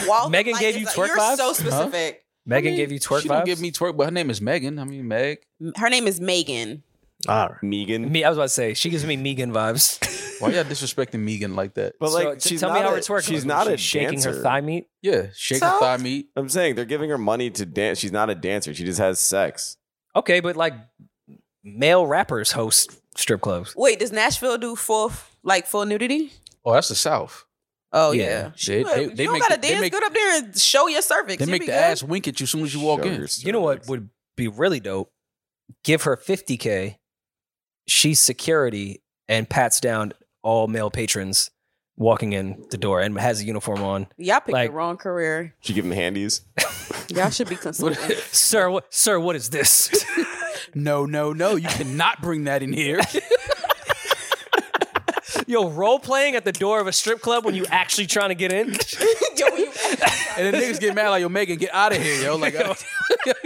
While the
Megan
light
gave
is
you
up-
twerk
You're
vibes?
so
Huh?
specific.
Megan
I mean,
gave you twerk
She
vibes.
don't give me twerk, but her name is Megan. I mean Meg.
Her name is Megan.
All right.
Megan.
me. I was about to say she gives me Megan vibes.
Why y'all disrespecting Megan like that?
But
So,
like,
t-
she's
tell
not
me how
a,
her twerk.
She's
was.
not
she
a
shaking
dancer.
her thigh meat.
Yeah, shake her
So?
thigh meat.
I'm saying they're giving her money to dance. She's not a dancer. She just has sex.
Okay, but like male rappers host strip clubs.
Wait, does Nashville do full like full nudity?
Oh, that's the South.
Oh
Yeah.
yeah.
They,
Look,
they, they
you don't
make
gotta
the, they
dance
make,
good up there and show your cervix.
they
You'll
make
be
the
good.
ass wink at you as soon as you walk in.
You know what would be really dope? Give her 50k. She's security and pats down all male patrons walking in the door and has a uniform on.
Y'all picked
Like-
the wrong career.
She give him handies.
Y'all should be consulting.
Sir, what, sir, what is this?
No, no, no. You cannot bring that in here.
Yo, role playing at the door of a strip club when you actually trying to get in.
Yo, you-
And then niggas get mad like, yo, Megan, get out of here, yo. Like, uh,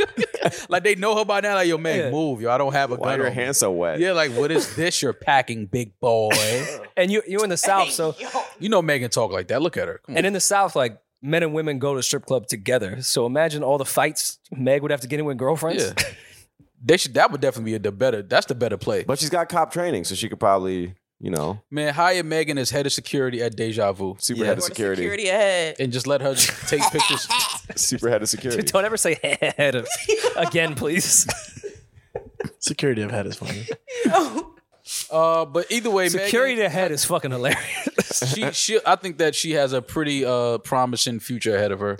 like they know her by now. Like, yo, man,
Yeah.
move, yo. I don't have a
Why are
gun.
your
on me."
hands so wet?
Yeah, like, what is this you're packing, big boy?
And you you in the south, so
you know Megan talk like that. Look at her. Come on.
and in the south, like men and women go to strip club together. So imagine all the fights Meg would have to get in with girlfriends.
Yeah. They should. That would definitely be a, the better. That's the better play.
But she's got cop training, so she could probably, you know,
man, hire Megan as head of security at Deja Vu,
super
Yeah.
head of
Or the
security.
security ahead.
and just let her take pictures.
Super head of security.
Dude, don't ever say head of- again, please.
Security I've had is funny.
Uh, but either way,
Security ahead is fucking hilarious.
Megan, she, she, I think that she has a pretty uh promising future ahead of her.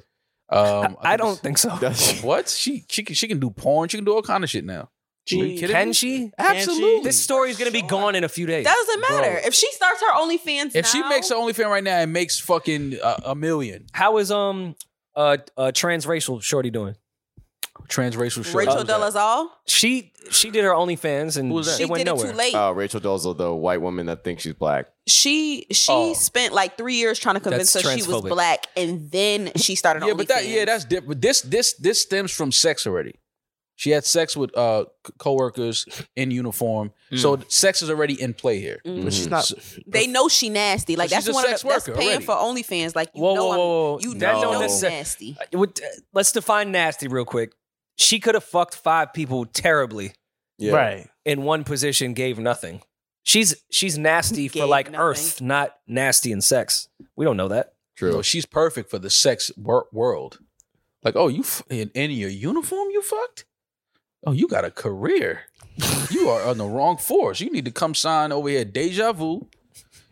Um,
I
think
don't think so.
Does she?
it's- What she she can she can do porn. She can do all kind of shit now. Are you kidding
Can
me?
she?
Absolutely.
This story is gonna be gone in a few days.
Doesn't matter.
Bro.
If she starts her OnlyFans
if she
now-
makes her OnlyFans right now and makes fucking uh, a million,
How is um uh, uh transracial shorty doing?
transracial shit.
Rachel
Who's that?
Delazal,
She she did her OnlyFans and
Who was that?
it
she
went
did it
nowhere.
too late.
Oh, Rachel Dolezal, the white woman that thinks she's black.
she she
Oh.
spent like three years trying to convince
That's
us she was
transphobic.
black, and then she started.
Yeah, but that yeah, that's different. This this this stems from sex already. She had sex with uh c- coworkers in uniform, so sex is already in play here.
Mm.
Mm.
But
Mm,
she's not.
they know she nasty. Like
But she's
that's
a
one of
sex
the, that's
worker
paying
already.
for OnlyFans. Like you
Whoa,
know,
whoa,
I'm-
whoa, whoa.
you
That
know,
don't
I'm
necessar-
nasty.
It would- uh, Let's define nasty real quick. She could have fucked five people terribly
Yeah.
Right.
in one position, gave nothing. She's she's nasty for
Gave
like
nothing.
Earth, not nasty in sex. We don't know that.
True.
So she's perfect for the sex wor- world. Like, oh, you f- in, in your uniform, you fucked. Oh, you got a career. you are on the wrong force. You need to come sign over here, at Deja Vu,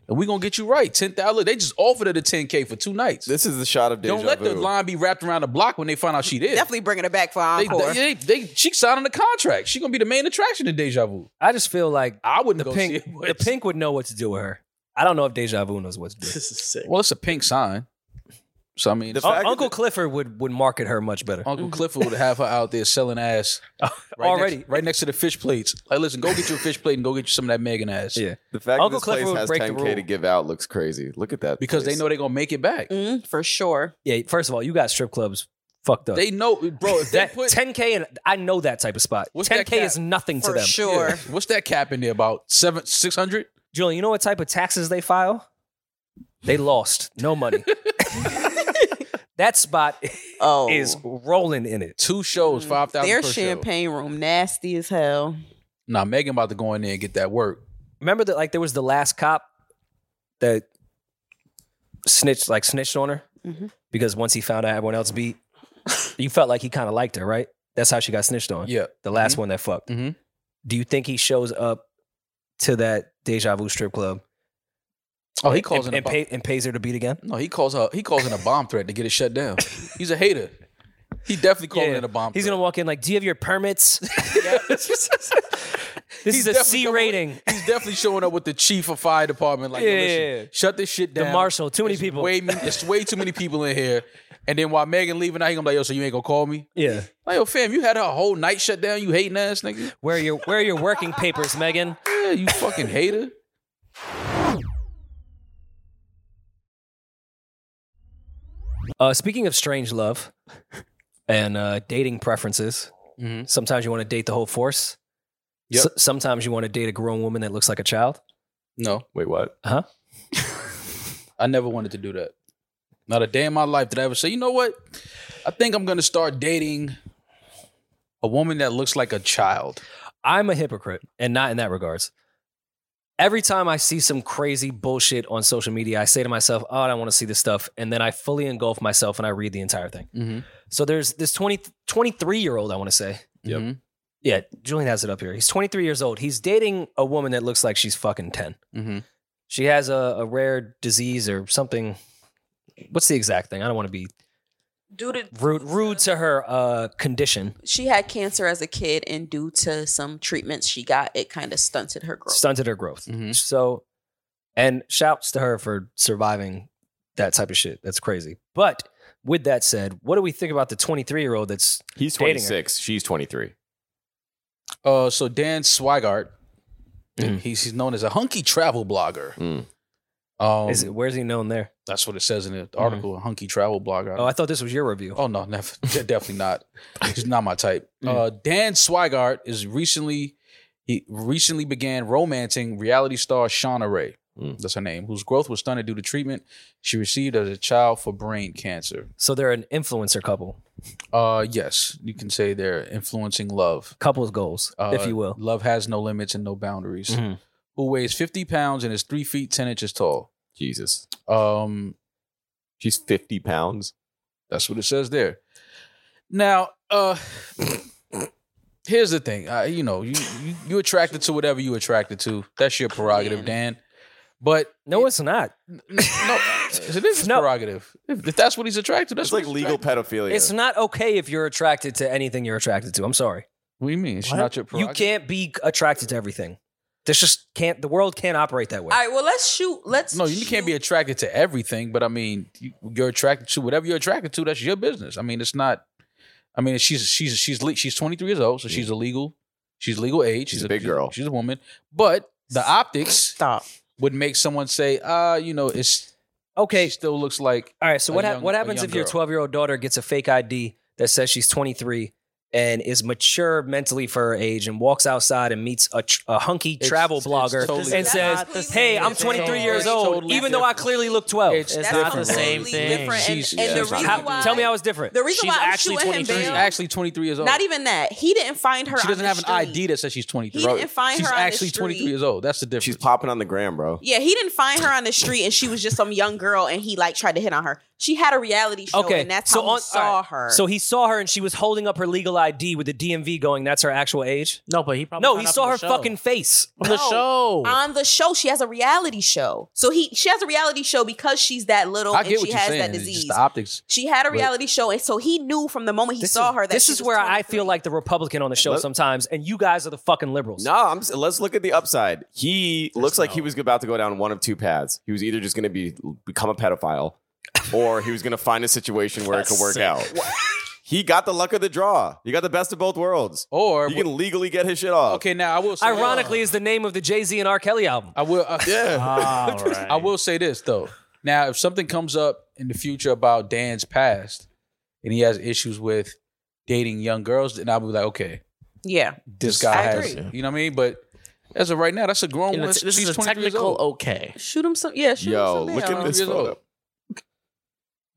and we gonna get you right. Ten thousand. They just offered her the ten k for two nights.
This is the shot of Deja
Don't let the
Vu.
line be wrapped around the block when they find out she did.
Definitely bringing it back for
They,
encore.
they, they, they, she signing the contract. She gonna be the main attraction to Deja Vu.
I just feel like
I wouldn't
the
go see
pink
it.
the pink would know what to do with her. I don't know if Deja Vu knows what to do.
This is sick.
Well, it's a pink sign. So I mean,
The
Un-
fact
Uncle
that-
Clifford would would market her much better.
Uncle Clifford would have her out there selling ass right
Already.
next, right next to the fish plates. Like, listen, go get you a fish plate and go get you some of that Megan ass.
Yeah.
the fact
Uncle
that this
Clifford would
place
break the
has 10k to
rule.
give out looks crazy. Look at that.
because they
place.
know they're gonna make it back.
Mm, for sure.
Yeah, first of all, you got strip clubs fucked up.
They know, bro. If they
that
put
10k and I know that type of spot.
What's that
10k
cap?
is nothing to
For
them.
sure.
what's that cap in there about seven six hundred?
Julian, you know what type of taxes they file? They lost no money. that spot
Oh,
is rolling in it.
Two shows, five thousand.
their
per show.
champagne room nasty as hell.
Nah, Megan about to go in there and get that work.
Remember that like there was the last cop that snitched like snitched on her
Mhm.
because once he found out everyone else beat, you felt like he kind of liked her, right? That's how she got snitched on.
Yeah.
the last one that fucked.
Mhm.
Do you think he shows up to that deja vu strip club
Oh, he calls
and,
in a
and,
bu-
pay, and pays her to beat again?
No, he calls her. He calls in a bomb threat to get it shut down. He's a hater. He definitely calling
Yeah.
it a bomb.
He's
threat.
gonna walk in like, "Do you have your permits?" This
He's
is a
definitely
C
coming with-
rating.
He's definitely showing up with the chief of fire department. Like,
Yeah,
"Yo, listen,
yeah, yeah.
shut this shit
The
down.
marshal, too many
It's
people.
Way, me- it's way too many people in here. And then while Megan leaving out, he gonna be like, yo, so you ain't gonna call me?
Yeah.
Like, yo, fam, you had a whole night shut down, you hating ass nigga.
Where are your where are your working papers, Megan?
Yeah, you fucking hater.
Uh, speaking of strange love and uh, dating preferences,
Mm-hmm.
Mhm.
sometimes you want to date the whole force.
Yep.
S- sometimes you want to date a grown woman that looks like a child.
No,
Wait, what?
I never wanted to do that. Not a day in my life did I ever say, you know what? I think I'm gonna start dating a woman that looks like a child.
I'm a hypocrite and not in that regards. Every time I see some crazy bullshit on social media, I say to myself, oh, I don't want to see this stuff. And then I fully engulf myself and I read the entire thing.
Mm-hmm.
So there's this 20, 23 year old, I want to say.
Yep.
Mhm.
Yeah, Julian has it up here. He's 23 years old. He's dating a woman that looks like she's fucking 10.
Mhm.
She has a, a rare disease or something. What's the exact thing? I don't want to be
Due to
rude rude to her uh, condition.
she had cancer as a kid, and due to some treatments she got, it kind of stunted her growth.
stunted her growth.
Mhm.
So, and shouts to her for surviving that type of shit. That's crazy. But with that said, what do we think about the 23 year old that's
He's
Dating her.
26. She's 23.
Uh, so Dan Swigart,
Mhm.
he's, he's known as a hunky travel blogger.
Mm.
Um,
is it, where's he known there?
That's what it says in the article, a hunky travel blogger.
Oh, I thought this was your review.
uh, Oh no, never, de- definitely not. He's not my type.
Mm.
Uh, Dan Swigart is recently he recently began romancing reality star Shauna Ray.
Mm.
That's her name, whose growth was stunted due to treatment she received as a child for brain cancer.
So they're an influencer couple,
Uh, yes, you can say they're influencing love,
couple's goals,
uh,
if you will.
Love has no limits and no boundaries.
Mhm.
Who weighs fifty pounds and is three feet ten inches tall.
Jesus.
Um,
She's 50 pounds.
That's what it says there. Now, uh here's the thing. Uh, you know, you, you you attracted to whatever you attracted to. That's your prerogative, Dan. But
No, it's not.
no, it is his
No.
prerogative. If, if that's what he's attracted, that's
That's like
what he's
legal
attracted-
pedophilia.
It's not okay if you're attracted to anything you're attracted to. I'm sorry.
What do you mean? It's
What?
not your
You
prerogative.
can't be attracted to everything. This just can't. The world can't operate that way.
All right, well let's shoot. Let's
no, you can't be
shoot-
attracted to everything, but I mean, you- you're attracted to whatever you're attracted to. That's your business. I mean, it's not. I mean, she's she's she's le- she's 23 years old, so she's a legal, she's legal age.
She's a big girl.
She's a woman, but the optics
Stop.
would make someone say, uh, you know, it's
okay,
she still looks like
All right. So
a
what hap-
young-
what
a
happens
young
if your
girl.
12 year old daughter gets a fake ID that says she's 23 and is mature mentally for her age and walks outside and meets a, tr- a hunky
It's-
travel
it's
blogger
totally
and
different.
says,
That's
"Hey, I'm
It's
23
totally-
years
it's
old,
totally
even though I clearly look 12."
It's
That's
different.
the same
thing.
Different. And,
She's-
and the
she's not-
reason
How-
why
tell me I was different.
the
She's
reason why I'm
actually
shooting him
23.
she's
down.
actually 23 years old.
Not even that. He didn't find her.
she doesn't
on
have
the
an
street.
ID that says she's 23.
He didn't find
she's
her on the
actually 23
street.
years old. That's the difference.
She's popping on the gram, bro.
Yeah, he didn't find her on the street, and she was just some young girl, and he like tried to hit on her. She had a reality show,
Okay,
and that's
so
how
on-
he saw
all right.
her.
So he saw her and she was holding up her legal ID with the DMV going, "That's her actual age."
No, but he probably
No,
found
he
out
saw
from
her
the show.
fucking face.
From the
No.
show.
Oh, on the show, she has a reality show. So he, she has a reality show because she's that little
I
and
get what
she
you're
has
saying.
that
It's just
disease.
the optics.
She had a
But-
reality show, and so he knew from the moment he
This
saw
is,
her that
this
she
is
was
where I
23.
feel like the Republican on the show
Let-
sometimes, and you guys are the fucking liberals.
No, I'm, s- let's look at the upside. He looks like he was about to go down one of two paths. He was either just going to be become a pedophile, or he was going to find a situation where it could work out. He got the luck of the draw. He got the best of both worlds.
Or
you can legally get his shit off.
okay, now I will. Say
Ironically, is the name of the Jay Z and R Kelly album.
I will. uh, I,
Yeah.
All right.
I will say this though. Now, if something comes up in the future about Dan's past, and he has issues with dating young girls, then I'll be like, okay,
yeah.
this guy
I
has.
agree.
You know what I mean? But as of right now, that's a grown
And
woman.
it's- this
She's
is a
23 years old.
technical okay.
Shoot him some. Yeah, shoot
Yo,
him some.
look
down.
at this
Years old.
photo.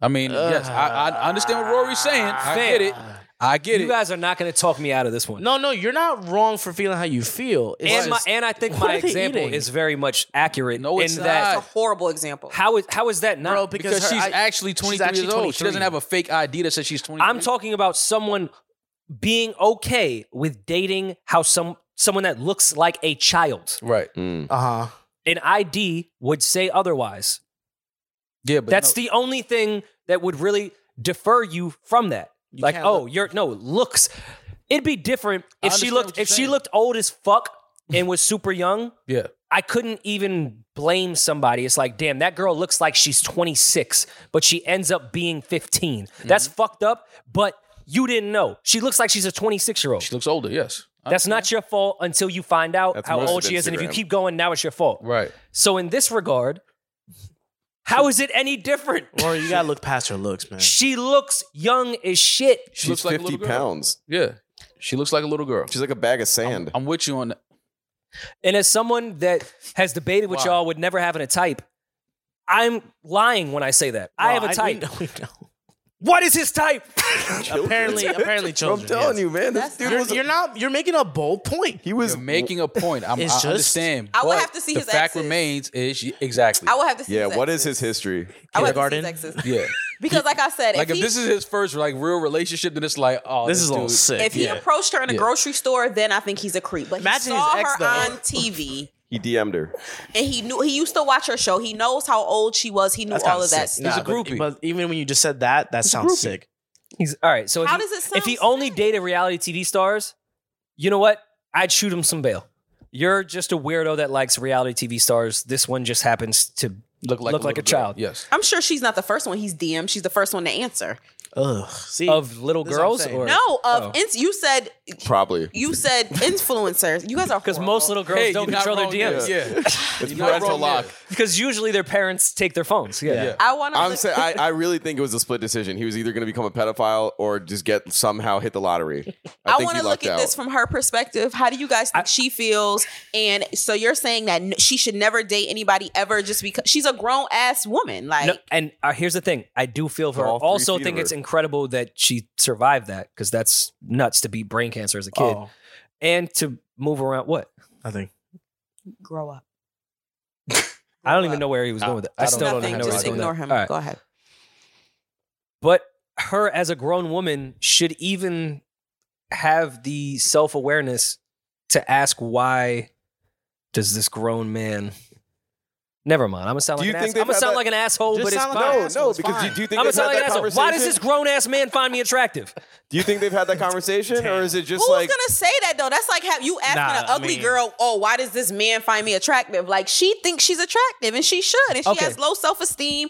I mean, yes, I, I understand what Rory's saying. I
Fair.
get it. I get
You
it.
guys are not going to talk me out of this one.
No, no, you're not wrong for feeling how you feel. It's
and my,
just-
and I think
What
my
are they
example
eating?
is very much accurate
No, it's
in
That's a
that
horrible example.
how is how is that not?
Bro, because
because
her-
she's
I-
actually
she's
23
actually
years old. She
23.
doesn't have a fake ID that says she's 23.
I'm talking about someone being okay with dating how some someone that looks like a child.
Right.
Mm.
Uh huh.
An ID would say otherwise.
Yeah, but
That's the only thing that would really defer you from that.
You
like,
can't
oh,
look-
you're no looks. It'd be different if she
understand
looked
what you're
if she
saying.
looked old as fuck and was super young,
Yeah.
I couldn't even blame somebody. It's like, damn, that girl looks like she's 26, but she ends up being 15.
Mm-hmm.
That's fucked up, but you didn't know. She looks like she's a 26 year old.
She looks older, yes.
That's not your fault until you find out
That's
how
most
old
of
she is. And if you
Instagram.
keep going, now it's your fault.
right.
So, in this regard, how is it any different?
Or you gotta look past her looks, man.
She looks young as shit.
She's
looks like a
50
little girl.
pounds.
Yeah. She looks like a little girl.
She's like a bag of sand.
I'm with you on that.
And as someone that has debated with
Why?
y'all with never having a type, I'm lying when I say that. I have
a
a type.
We know,
what is his type?
Apparently, apparently, children.
I'm telling
yes.
you, man. This
That's
dude
not-
was.
You're, you're not. You're making a bold point.
he was
You're making a point. I'm,
It's
I
just-
understand.
I would
but
have to see
the
his
fact
exes.
remains is she, exactly.
I will have to see.
Yeah.
his
What is
exes.
his history?
I would have to see his
Kindergarten?
exes.
yeah.
Because, like I said,
Like
if,
if
he,
this is his first like real relationship, then it's like oh,
This is
dude,
all sick.
if he
yeah.
approached her in a
Yeah.
grocery store, then I think he's a creep. But
Imagine
he saw
his ex,
her
though.
on TV,
He DM'd her.
and he knew he used to watch her show. He knows how old she was. He knew
That's
all
kinda
of that
sick.
stuff.
He's a
but-
groupie.
But, even when you just said that, that sounds sick.
He's all right. So if
How
he,
does it sound
if he only
sick?
dated reality TV stars, you know what? I'd shoot him some bail. You're just a weirdo that likes reality TV stars. This one just happens to
look like
Look like a
little girl.
child.
Yes.
I'm sure she's not the first one he's DM. She's the first one to answer.
Ugh. See,
of little
That's what I'm
girls
saying.
or
No, of
Oh.
ins- you said
Probably.
you said influencers. You guys are
because
horrible.
most little girls
Hey,
don't
you're not
control their
wrong
DMs.
there. Yeah.
It's
You're not
parental
wrong
lock.
there.
Because usually their parents take their phones. Yeah.
Yeah.
I want
I'm
to.
saying I, I really think it was a split decision. He was either going to become a pedophile or just get somehow hit the lottery. I,
I
think
want to
he
look
lucked
at
out.
this from her perspective. How do you guys think
I-
she feels? And so you're saying that n- she should never date anybody ever just because she's a grown ass woman. Like
No, and uh, here's the thing: I do feel for her.
All three
Also,
feet of
think
her.
it's incredible that she survived that because that's nuts to beat brain cancer as a kid
oh,
and to move around. What
I think
grow up.
I don't
Grow
even
up.
know where he was
I-
going with it.
I
I
don't
still don't
Nothing.
even know where he's
Just
going. with
ignore
that.
him.
All right.
Go ahead.
But her as a grown woman should even have the self awareness to ask why does this grown man. Never mind. I'm gonna sound
Do
like
you
an
think
ass-
they've
I'm gonna
had
sound
that-
like an asshole,
Just
but it's
sound like an
fine.
no,
asshole,
no,
it's
because
fine.
you do you think
I'm gonna
they've
sound
had
like an
that
asshole.
conversation?
Why does this grown ass man find me attractive?
Do you think they've had that conversation, or is it just
Who's
like
gonna say that though? That's like have you asking
Nah,
an
I
ugly
mean-
girl, "Oh, why does this man find me attractive?" Like she thinks she's attractive, and she should, and she
Okay.
has low self esteem.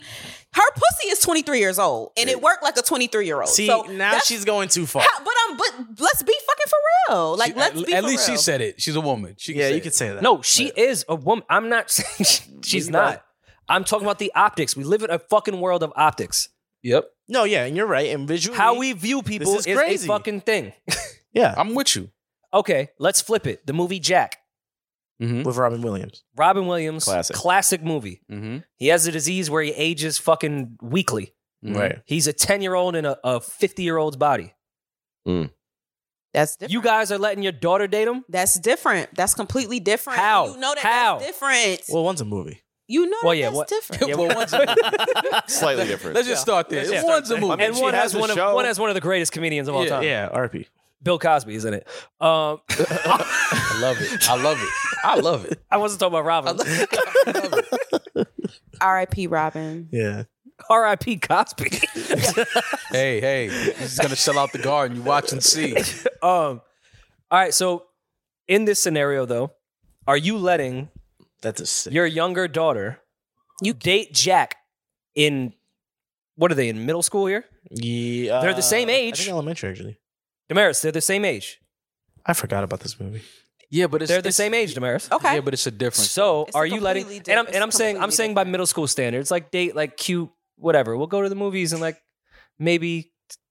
Her pussy is twenty three years old, and it worked like a twenty three year old.
See,
so
now
that's
she's going too far.
how- but I'm but let's be fucking for real. Like
She-
let's
at,
be
at
for
least
real.
she said it. She's a woman. She
yeah,
say
you
it.
could say that.
No, she is a woman. I'm not saying she- she's
you
not.
right.
I'm talking about the optics. We live in a fucking world of optics.
Yep.
no, yeah, and you're right. And visually,
How we view people
is
is, a
crazy.
fucking thing.
yeah,
I'm with you.
okay, let's flip it. The movie Jack,
with Robin Williams.
Robin Williams,
Classic.
movie.
Mm-hmm.
He has a disease where he ages fucking weekly.
Right.
He's a 10 year old in a 50 year old's body.
that's different.
You guys are letting your daughter date him?
that's different. That's completely different.
How?
you know that
How?
that's different?
Well, one's a movie.
you know
Well,
that
yeah,
that's
what-
different.
Yeah,
well,
well-
one's a movie.
slightly different?
Let's just start there.
Yeah.
One's a
I
movie.
mean,
and
she
one
has
has,
a
one of
show.
one has one of the greatest comedians of all
Yeah.
time.
Yeah, RP.
Bill Cosby is in it. Um,
I love it. I love it. I love it.
I wasn't talking about Robin.
I love it.
R.I.P. Robin.
Yeah,
R.I.P. Cosby.
Hey, hey. He's gonna sell out the garden. You watch and see.
Um, all right. So, in this scenario, though, are you letting
that's a sick.
your younger daughter you date Jack in what are they in middle school here?
Yeah,
They're the same
I
age.
think elementary, actually.
Damaris, they're the same age.
I forgot about this movie.
Yeah, but it's
They're the
it's-
same age, Damaris.
Okay.
Yeah, but it's a difference.
So,
It's
are you letting?
completely
And I'm
different.
and I'm
It's
saying I'm
completely
saying by
different.
middle school standards, like date like cute whatever. We'll go to the movies and like maybe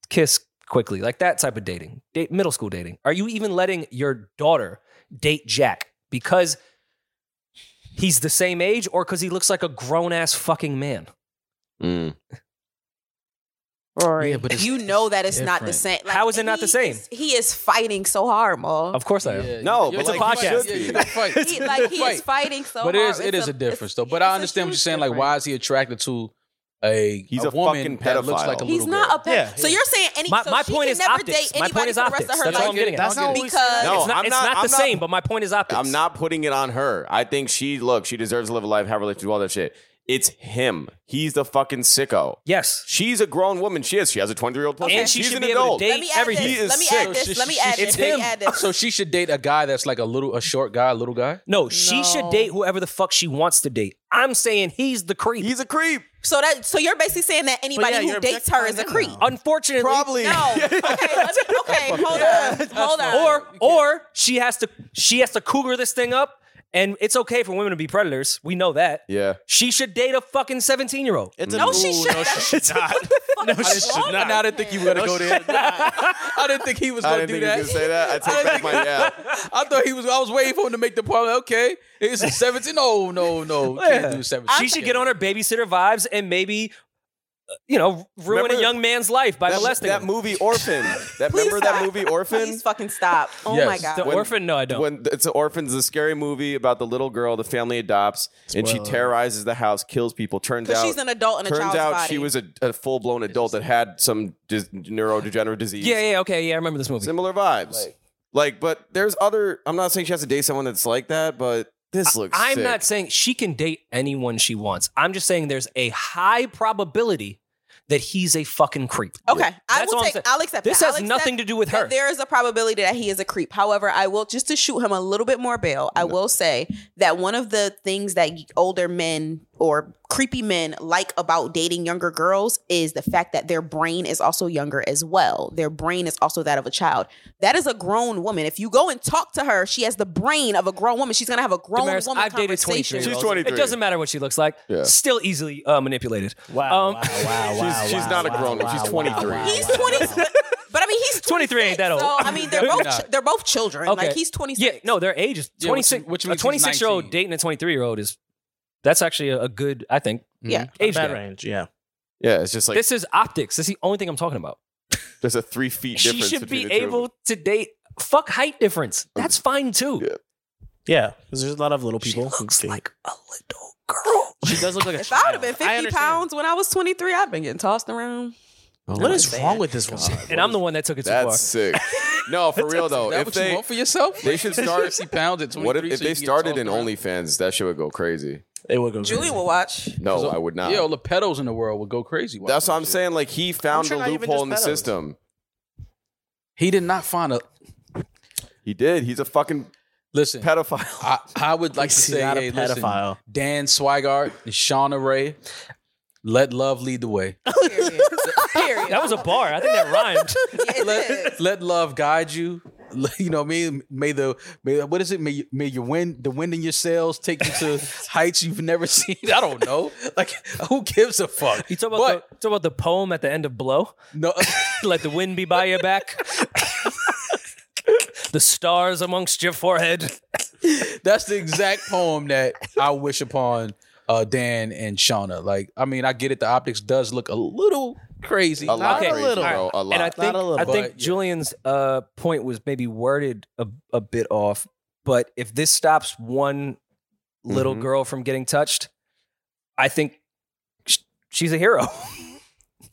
kiss quickly, like that type of dating. Date middle school dating. Are you even letting your daughter date Jack because he's the same age, or because he looks like a grown ass fucking man?
Mm.
Rory,
Yeah, but it's-
you know that it's not the same.
different.
How is it not the
he
same?
is- he is fighting so hard, Ma.
Of course I am.
Yeah,
No,
you're
but
like, you
like, you fight.
should
Yeah,
be.
you gotta fight.
He, like he is
Fight.
fighting so
but it
hard.
is it
It's
is a, difference
it's-
though. But
it's
I
a
understand what you're
huge
saying. Like,
difference.
why is he attracted to a
He's a
woman
fucking
that looks
pedophile.
like a little
He's
He's not
girl.
a ppen.
Yeah,
so
yeah.
you're saying any?
My-
so
my
she
point
can
is
never
optics.
date
My
anybody
point is
for the rest
optics.
of her
That's
life
all I'm getting at.
That's not what we
because
No,
it's not,
I'm
it's
not-
not the
I'm not-
same, but my point is optics.
I'm not putting it on her. I think she look. She deserves to live a life, have a relationship, all that shit. It's him. He's the fucking sicko.
Yes.
She's a grown woman. She is. She has a 23 year old plus.
Okay.
one.
And she
She's
should
an
be
adult.
able to
Let me
date
add
everything.
He
this.
is
Let me
sick.
add this.
It's
Let me add
him.
this. Let me add this.
So she should date a guy that's like a little, a short guy, a little guy.
No, she should
No.
date whoever the fuck she wants to date. I'm saying he's the creep.
He's a creep.
So that so you're basically saying that anybody
yeah,
who
you're
dates her is a
objectifying
creep.
him now.
Unfortunately,
Probably.
No. Okay. let's- Okay. Hold on. Hold on.
or or she has to she has to cougar this thing up. And it's okay for women to be predators. We know that.
Yeah.
She should date a fucking 17 year old.
It's
No, she should.
she's not.
What
no,
the
she
fuck is
should
wrong
not.
with
I didn't think you were gonna go there. I didn't think he was
I
gonna
didn't
do
think you were
that.
going to say that. I take back my yeah.
I thought he was. I was waiting for him to make the point. like, okay, it's a seventeen. No, no, no. Can't do seventeen.
She should get on her babysitter vibes and maybe, uh, you know, ruin
Remember-
a young man's life by
That,
molesting
that
him.
movie Orphan. That
Please
remember that
stop.
movie
Please
Orphan?
fucking stop. Oh
Yes.
my god.
The
When-
orphan? No, I don't.
When it's an orphans, a scary movie about the little girl the family adopts, and she
Spoiler.
terrorizes the house, kills people. Turns
Because
out
she's an adult in a
turns
child's
out
body.
she was a, a full blown adult that had some dis- neurodegenerative disease.
yeah, yeah, okay, yeah, I remember this movie.
similar vibes. Like, but there's other. I'm not saying she has to date someone that's like that, but this looks.
I'm
sick.
not saying she can date anyone she wants. I'm just saying there's a high probability that he's a fucking creep.
Okay, I
That's all
will
I'm
take.
saying.
I'll accept.
This
that.
has
I'll accept
nothing to do with
that
her.
There is a probability that he is a creep. However, I will just to shoot him a little bit more bail. I will say that one of the things that older men or creepy men like about dating younger girls is the fact that their brain is also younger as well. Their brain is also that of a child. That is a grown woman. If you go and talk to her, she has the brain of a grown woman. She's gonna have a grown
Damaris,
woman
I've dated 23.
conversation.
She's
It
23.
doesn't matter what she looks like.
Yeah.
Still easily uh, manipulated.
Wow,
Um,
wow, wow, wow,
she's- she's
wow,
not a
wow,
grown up.
wow,
She's
wow,
23.
wow,
He's
wow.
twenty. But I mean, he's
23 ain't that
26,
old.
So I mean, they're
They're
both
not.
they're both children.
Okay.
Like he's twenty
Yeah,
six.
no, their age is
Yeah, which-
26.
which
a
means he's
26 year old
19.
dating a 23 year old is that's actually a, a good, I think,
Yeah.
age
Bad
gap.
range, yeah.
Yeah, it's just like
this is optics. This is the only thing I'm talking about.
there's a three feet
She
difference.
should be
between the two of them.
able to date. Fuck height difference. That's fine too.
Yeah.
Yeah, because there's a lot of little people. who
a
can-
little girl.
she does look like a
If I
child.
would have been 50
understand.
pounds when I was 23, I'd been getting tossed around.
What is
God.
wrong with this one?
And I'm the one that took it too
That's
far.
sick. No, for real though.
that
If
what
they
you want for yourself?
they should start-
60 pounds at 23.
what if, if
so
they
you can get
started in
tossed around.
OnlyFans, that shit would go crazy.
It would go.
Julian
crazy.
will watch.
No, I would not.
Yeah, all the pedos in the world would go crazy. watching
That's what
that
I'm
shit.
saying. Like he found
sure
the
not even
loophole
just
in the
pedos.
system.
He did not find a
He did. He's a fucking
listen.
pedophile.
I, I would like to
He's
say,
not a
hey, listen,
pedophile.
Dan Swigart, and Shauna Ray, let love lead the way.
Period. Period.
That was a bar. I think that rhymed.
let, let love guide you. Let- You know, what I mean? may the may what is it? May you- may your wind the wind in your sails take you to heights you've never seen. I don't know. Like who gives a fuck?
You talk about
But-
the, talk about the poem at the end of Blow.
No,
Let the wind be by your back. the stars amongst your forehead.
that's the exact poem that I wish upon uh, Dan and Shauna. Like, I mean, I get it. The optics does look a little crazy.
a lot
okay.
crazy,
little.
bro. A lot.
And I
Not
think
a little,
I think
but, yeah.
Julian's uh, point was maybe worded a, a bit off, but if this stops one little
Mhm.
girl from getting touched, I think sh- she's a hero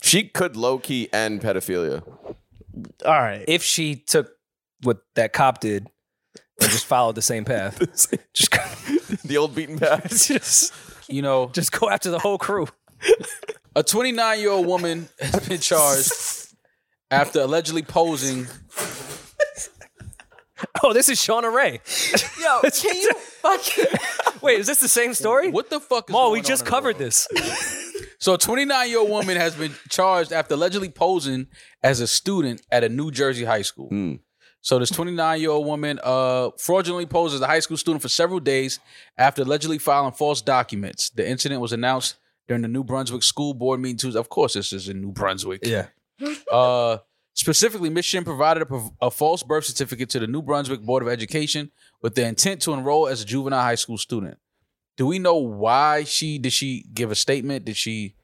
she could low key end pedophilia.
All right.
if she took what that cop did and just followed the same path. just, go-
the old beaten path.
just
You know,
just go after the whole crew.
A 29 year old woman has been charged after allegedly posing.
Oh, this is Shauna Ray.
Yo, can you fucking.
Wait, is this the same story?
What the fuck is
Maul, we
going
just
on in the
covered
world?
this.
So, a 29 year old woman has been charged after allegedly posing as a student at a New Jersey high school.
Hmm.
So, this 29 year old woman uh, fraudulently posed as a high school student for several days after allegedly filing false documents. The incident was announced during the New Brunswick School Board meeting Tuesday. Of course, this is in New Brunswick.
Yeah.
Uh, specifically, Ms. Shin provided a, prov- a false birth certificate to the New Brunswick Board of Education with the intent to enroll as a juvenile high school student. Do we know why she did she give a statement? Did she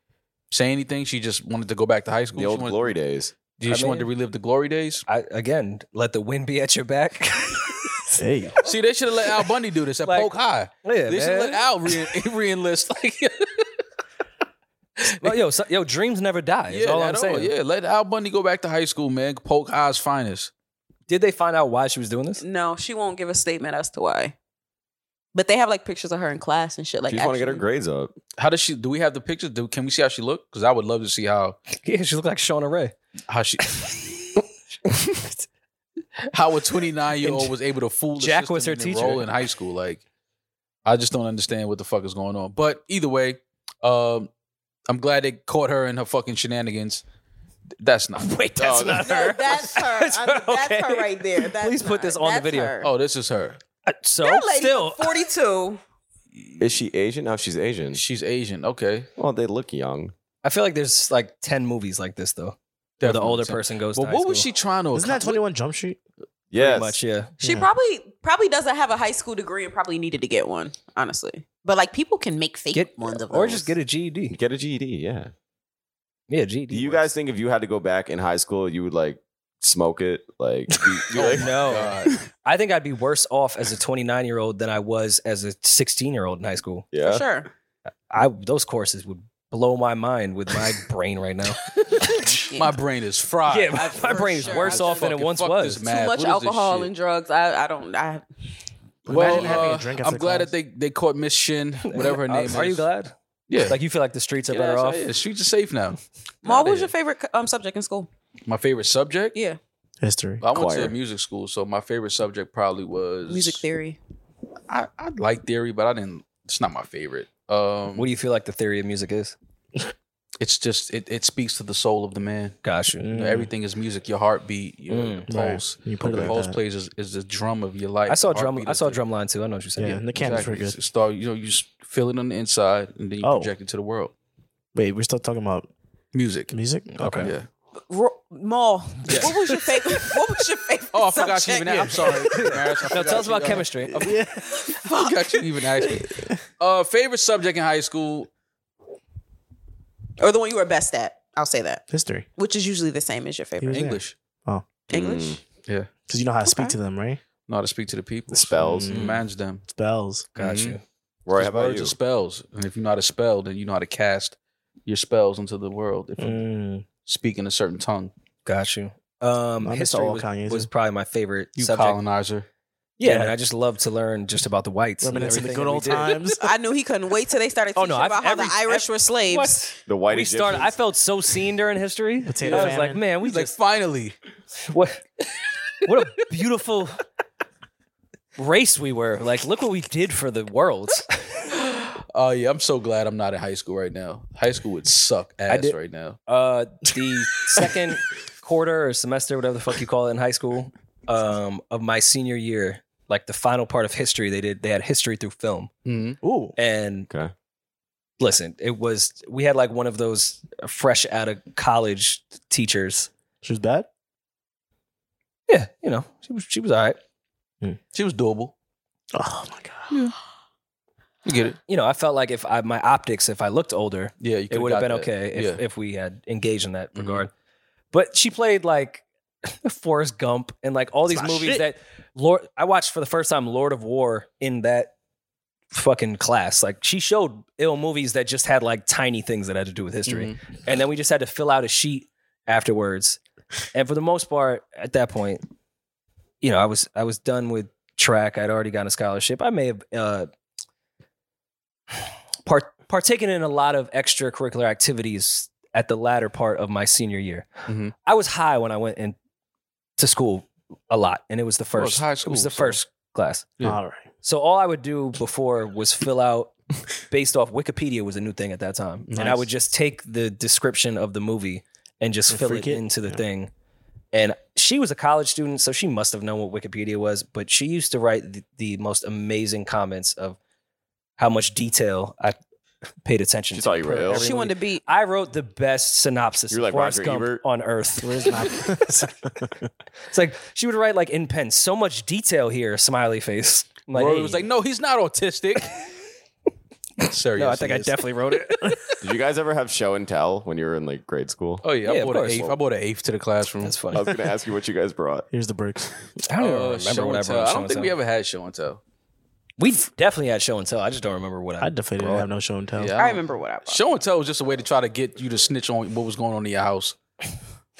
say anything? She just wanted to go back to high school.
The
she
old
wanted,
glory days.
Did
I
she wanted to
mean-
relive the glory days?
I, again, let the wind be at your back.
Hey,
See, they should have let Al Bundy do this at
Like,
Polk High.
Oh, yeah,
They should
man.
let Al re- re-enlist. Like,
Well, yo, so, yo, dreams never die. Is
yeah,
all I'm
at all.
saying.
yeah, let Al Bundy go back to high school, man. Polk High's finest.
Did they find out why she was doing this?
No, she won't give a statement as to why. But they have like pictures of her in class and shit. Like,
She just want to get her
actually-
grades up.
How does she? Do we have the pictures? Do, can we see how she looked? Because I would love to see how
Yeah, she looked like Shauna Ray.
how she how a 29 year old was able to fool the
Jack was
system
her
and
teacher.
enroll in high school like i just don't understand what the fuck is going on but either way um i'm glad they caught her in her fucking shenanigans that's not
Wait, that's
Oh,
not
No,
her.
that's her. I- That's her
Okay.
right there. That's
Please put
not-
this on the
that's
video.
her.
oh this is her
Uh, So
That lady
still,
42.
Is she Asian? No, she's Asian.
she's asian okay
Well, they look young.
I feel like there's like ten movies like this though, where the
Definitely
older
something.
person goes.
but
to
what
high
was she
school.
trying to
Isn't that
accomplish?
21 Jump Street?
Pretty
Yes.
much, yeah.
She
Yeah.
probably probably doesn't have a high school degree and probably needed to get one, honestly. But like people can make fake
Get
ones of
or
those.
just get a GED.
Get a GED, yeah.
Yeah, E GED.
Do you guys think if you had to go back in high school, you would like smoke it? Like, you, you,
Oh
like
my
No.
God.
I think I'd be worse off as a 29 year old than I was as a 16 year old in high school.
yeah.
sure.
I those courses would blow my mind with my brain right now.
my brain is fried
Yeah, my- my
for
brain is
sure.
worse
I
off than it
fucking
once
fuck
was.
this math.
Too
What
much
is this
alcohol
shit?
and drugs. I, I don't I
Imagine
Well,
having
uh,
a drink after
I'm glad that they, they caught Miss Shin, whatever her
Uh,
name is.
Are you glad?
Yeah.
Like you feel like the streets are
Get
better
out
off.
here. Streets are safe now.
Ma, what was
Outta
your favorite um subject in school?
here. My favorite subject?
Yeah.
history.
I went to
Choir.
a music school, so my favorite subject probably was
Music theory.
I, I like theory, but I didn't. It's not my favorite. Um,
What do you feel like the theory of music is?
it's just it, it speaks to the soul of the man.
Gosh,
You know,
Mm.
everything is music. Your heartbeat, your
Mm.
Right.
pulse.
You put it
the
like
pulse
that.
plays is, is the drum of your life.
I saw
The
drum.
heartbeat
I
is
saw
the-
drumline too. I know what you said.
Yeah, and the candles were
Exactly.
good.
It's- it's all- you know, you just feel it on the inside, and then you
Oh.
project it to the world.
Wait, we're still talking about
Music.
music?
Okay.
Yeah.
Ro- Ma, what was your favorite? What was your favorite?
Oh, I forgot you
subject?
even asked. I'm sorry. Maris, I
No,
forgot
tell us
you
about
even-
chemistry. Oh,
I forgot you even asked me. Uh, favorite subject in high school?
Or the one you were best at. I'll say that.
History.
Which is usually the same as your
He
favorite.
was there.
English.
English.
Yeah.
Because you know how to speak
Okay.
to them, right?
Know how to speak to the people.
The spells.
Mm.
Manage them.
Spells.
Mm-hmm.
Gotcha.
Roy,
Just
how about
words
you?
are spells. And if you know how to spell, then you know how to cast your spells into the world. If you
Mm.
speak in a certain tongue,
Got you. Um,
I miss
history
all
was,
Kanye's.
was probably my favorite
you
subject.
colonizer.
Yeah,
Yeah.
man, I just love to learn just about the whites. and
Reminiscing the
everything
good
that we
old
did.
times.
I knew he couldn't wait till they started
Oh,
teaching
no, I've-
about how the
every-
Irish were slaves.
What?
The white
we started. I felt so seen during history.
Potato
I was like,
famine.
man, we
He's like,
just
finally.
what? What a beautiful race we were. Like, look what we did for the world.
Oh yeah, I'm so glad I'm not in high school right now. High school would suck ass
did-
right now.
Uh, the second quarter or semester, whatever the fuck you call it in high school, um, of my senior year, like the final part of history, they did. They had history through film.
Ooh.
And
Okay.
listen, it was we had like one of those fresh out of college teachers.
She was bad?
Yeah, you know, she was she was all right.
She was doable.
Oh my god.
You get it?
You know, I felt like if I my optics, if I looked older,
Yeah, you
it
could've
would have
got
been
that.
okay if,
yeah.
if we had engaged in that
Mhm.
regard. But she played like Forrest Gump and like all these
my
movies
shit.
that Lord I watched for the first time Lord of War in that fucking class. Like she showed ill movies that just had like tiny things that had to do with history.
Mhm.
and then we just had to fill out a sheet afterwards. And for the most part, at that point, you know, I was I was done with track. I'd already gotten a scholarship. I may have uh, part partaken in a lot of extracurricular activities at the latter part of my senior year.
Mhm.
I was high when I went in to school a lot, and it was the
Well, it's
first.
high
it
school.
was the
so-
first class.
Yeah.
All right.
So all I would do before was fill out based off Wikipedia was a new thing at that time, and I
Nice.
would just take the description of the movie and just
And
fill it,
freak it?
into the
Yeah.
thing. And she was a college student, so she must have known what Wikipedia was, but she used to write the, the most amazing comments of how much detail I paid attention
She
to.
thought you were
per
ill.
every
She wanted
movie.
to be
I wrote the best synopsis
You're
of
like
Forrest
Roger
Gump
Ebert.
on Earth.
Where's my
It's like she would write like in pen, so much detail here, smiley face. I'm
Rory
hey.
was like, no, he's not autistic. Serious.
no, I think
he
I
is.
definitely wrote it.
Did you guys ever have show and tell when you were in like grade school?
Oh yeah,
Yeah,
I
of
bought an
course.
eighth. I bought an eighth to the classroom.
That's
I
funny.
was going to ask you what you guys brought.
Here's the bricks.
I don't even
Uh,
remember
show
what I
and tell.
wrote.
I don't think we ever had show and tell.
We definitely had show and tell. I just don't remember what I.
I definitely didn't have no show and tell.
Yeah,
I
don't-
remember what I was.
Show and tell was just a way to try to get you to snitch on what was going on in your house.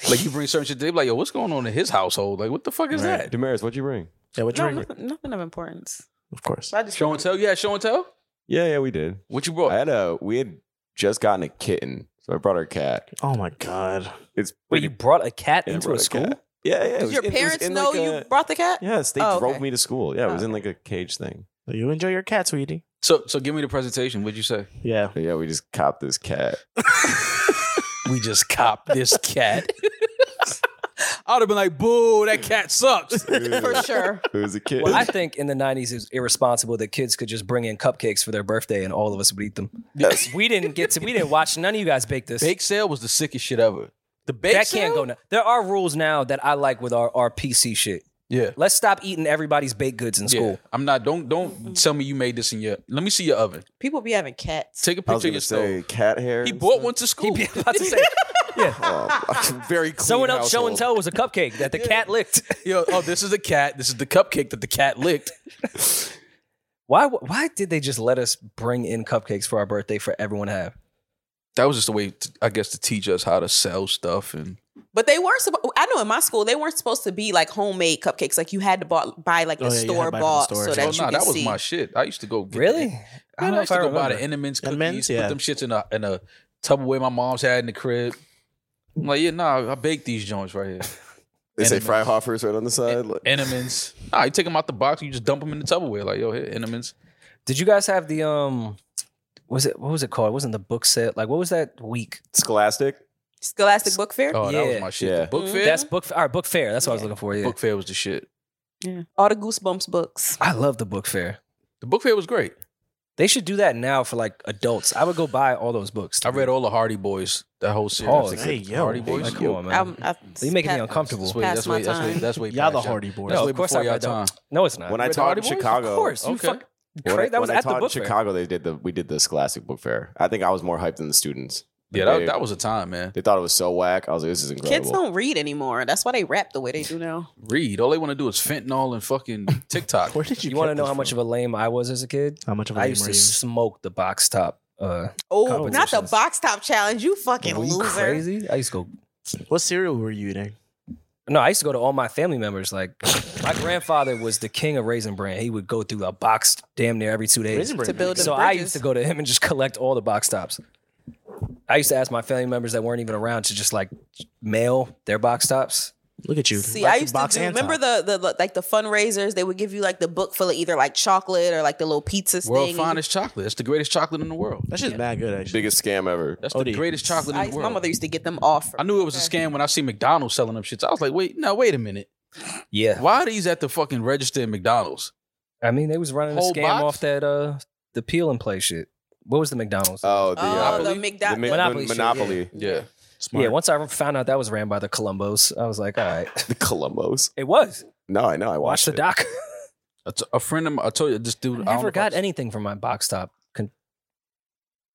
Like you bring certain shit, they be like, "Yo, what's going on in his household? Like, what the fuck is that?"
Damaris, what'd you bring?
Yeah, what you
No,
drink?
nothing, nothing of importance.
of course.
I just
Show and tell? Yeah, show and tell.
Yeah, yeah, we did.
What you
I
brought?
had a we had just gotten a kitten, so I brought our cat.
Oh my god.
It's
Wait,
pretty-
you brought a cat
yeah, I
into
brought
a school?
cat. Yeah, yeah. it
Did
was-
your
it was
parents
in,
know
like, uh,
you
a-
brought the cat?
Yes, they
Oh,
drove
okay.
me to school. Yeah, it was
Oh,
in like a cage thing.
You enjoy your cat, sweetie.
So, so give me the presentation. What'd you say?
Yeah.
But yeah, we just copped this cat.
We just cop this cat. I would have been like, "Boo, that cat sucks."
For sure.
It was a kitten.
Well, I think in the 90s it was irresponsible that kids could just bring in cupcakes for their birthday and all of us would eat them. We didn't get to, we didn't watch none of you guys bake this.
Bake sale was the sickest shit ever. The bake
that
sale?
can't go now. There are rules now that I like with our, our PC shit.
Yeah.
Let's stop eating everybody's baked goods in
Yeah.
school.
I'm not. Don't don't tell me you made this in your. Let me see your oven.
People be having cats.
Take a
I was
picture of
gonna
your
say uh,
stove.
cat hair.
He
and
bought
stuff.
one to
He
school.
be about to say,
Oh, very clean
someone else show and
household.
tell was a cupcake that the cat licked.
Yo, oh, this is a cat. This is the cupcake that the cat licked.
Why why did they just let us bring in cupcakes for our birthday for everyone to have?
That was just a way, to, I guess, to teach us how to sell stuff and
But they weren't supposed. I know in my school they weren't supposed to be like homemade cupcakes. Like you had to bought, buy like the
Oh, yeah, you had to
store
buy from the
bought
store.
so that
oh,
you
nah,
could
that was
see.
my shit. I used to go get
Really?
I,
don't
I
know
used
if I
to go buy
remember.
the Enemans cookies,
Enemans, yeah.
put them shits in a in a Tupperware my mom's had in the crib. I'm like, yeah, nah, I baked these joints right here.
They say
Enemies.
Fryhoffers right on the side. Like,
Enemans. Nah, you take them out the box, you just dump them in the Tupperware. Like, yo, here, Enemans.
Did you guys have the um was it what was it called? It wasn't the book set. Like what was that week?
Scholastic.
Scholastic Book Fair.
Oh, that
Yeah.
was my shit.
Yeah.
The book
Mhm.
fair.
That's book our book fair. That's what I was looking for. Yeah.
book fair was the shit.
Yeah. All the Goosebumps books.
I love the book fair.
The book fair was great.
They should do that now for like adults. I would go buy all those books.
I read all the Hardy Boys, that whole series.
Pause.
Like,
Hey, yo.
Hardy Boys.
Like, come on, man.
Um,
I'm, I,
You're making me
That's
uncomfortable.
way,
Past
that's
my
way, that's way,
time.
that's way.
Y'all the
past y'all.
hardy boys.
No,
way
of course
before
I
your
read
time.
that. No, it's not.
When I
Red
taught
Hardy
in
Boys? Of
Chicago,
of course, you
Okay.
fuck.
when
Craig,
I,
that was
when I
at the
taught
book
in
fair.
Chicago, they did the we did the Scholastic Book Fair. I think I was more hyped than the students.
Yeah, that,
They-
that was a time, man.
They thought it was so whack. I was like, this is incredible.
Kids don't read anymore. That's why they rap the way they do now.
Read. All they want to do is fentanyl and fucking TikTok.
Where did you?
You want to know how much of a lame I was as a kid?
how much of a
I used to smoke the box top. Uh,
Oh, not the
Competitions.
box top challenge. You fucking
were you
loser.
crazy? I used to go.
What cereal were you eating?
No, I used to go to all my family members. Like my grandfather was the king of raisin bran. He would go through a box damn near every two days.
Raisin Bran
To build
mix.
So
Bridges.
I used to go to him and just collect all the box tops. I used to ask my family members that weren't even around to just like mail their box tops.
Look at you.
See,
Like
I
the
used to
box
do.
and
Remember
top.
the, the the- like the fundraisers? They would give you like the book full of either like chocolate or like the little pizzas
World
thing.
finest chocolate. That's the greatest chocolate in the world.
That shit's mad good actually.
Biggest scam ever.
That's
Oh,
OD.
the greatest chocolate
I,
in the
my mother
world.
used to get them off.
I knew it was a scam when I see McDonald's selling them shits. I was like, wait, now wait a minute.
Yeah,
Why are these at the fucking register in McDonald's?
I mean they was running a
Whole
scam
box?
off that uh the peel and play shit. What was the McDonald's?
Oh,
Oh,
the, uh,
the
Monopoly?
the
McDonald's.
mi-
Monopoly
Monopoly.
shit,
Monopoly.
Yeah.
yeah, once I found out that was ran by the Columbos, I was like, all right,
The Columbos.
it was.
No, I know. I
Watch
watched
the
it.
doc.
A, t- a friend of mine, I told you, this
I
dude, I don't know
never
if
got
I-
anything from my box top con-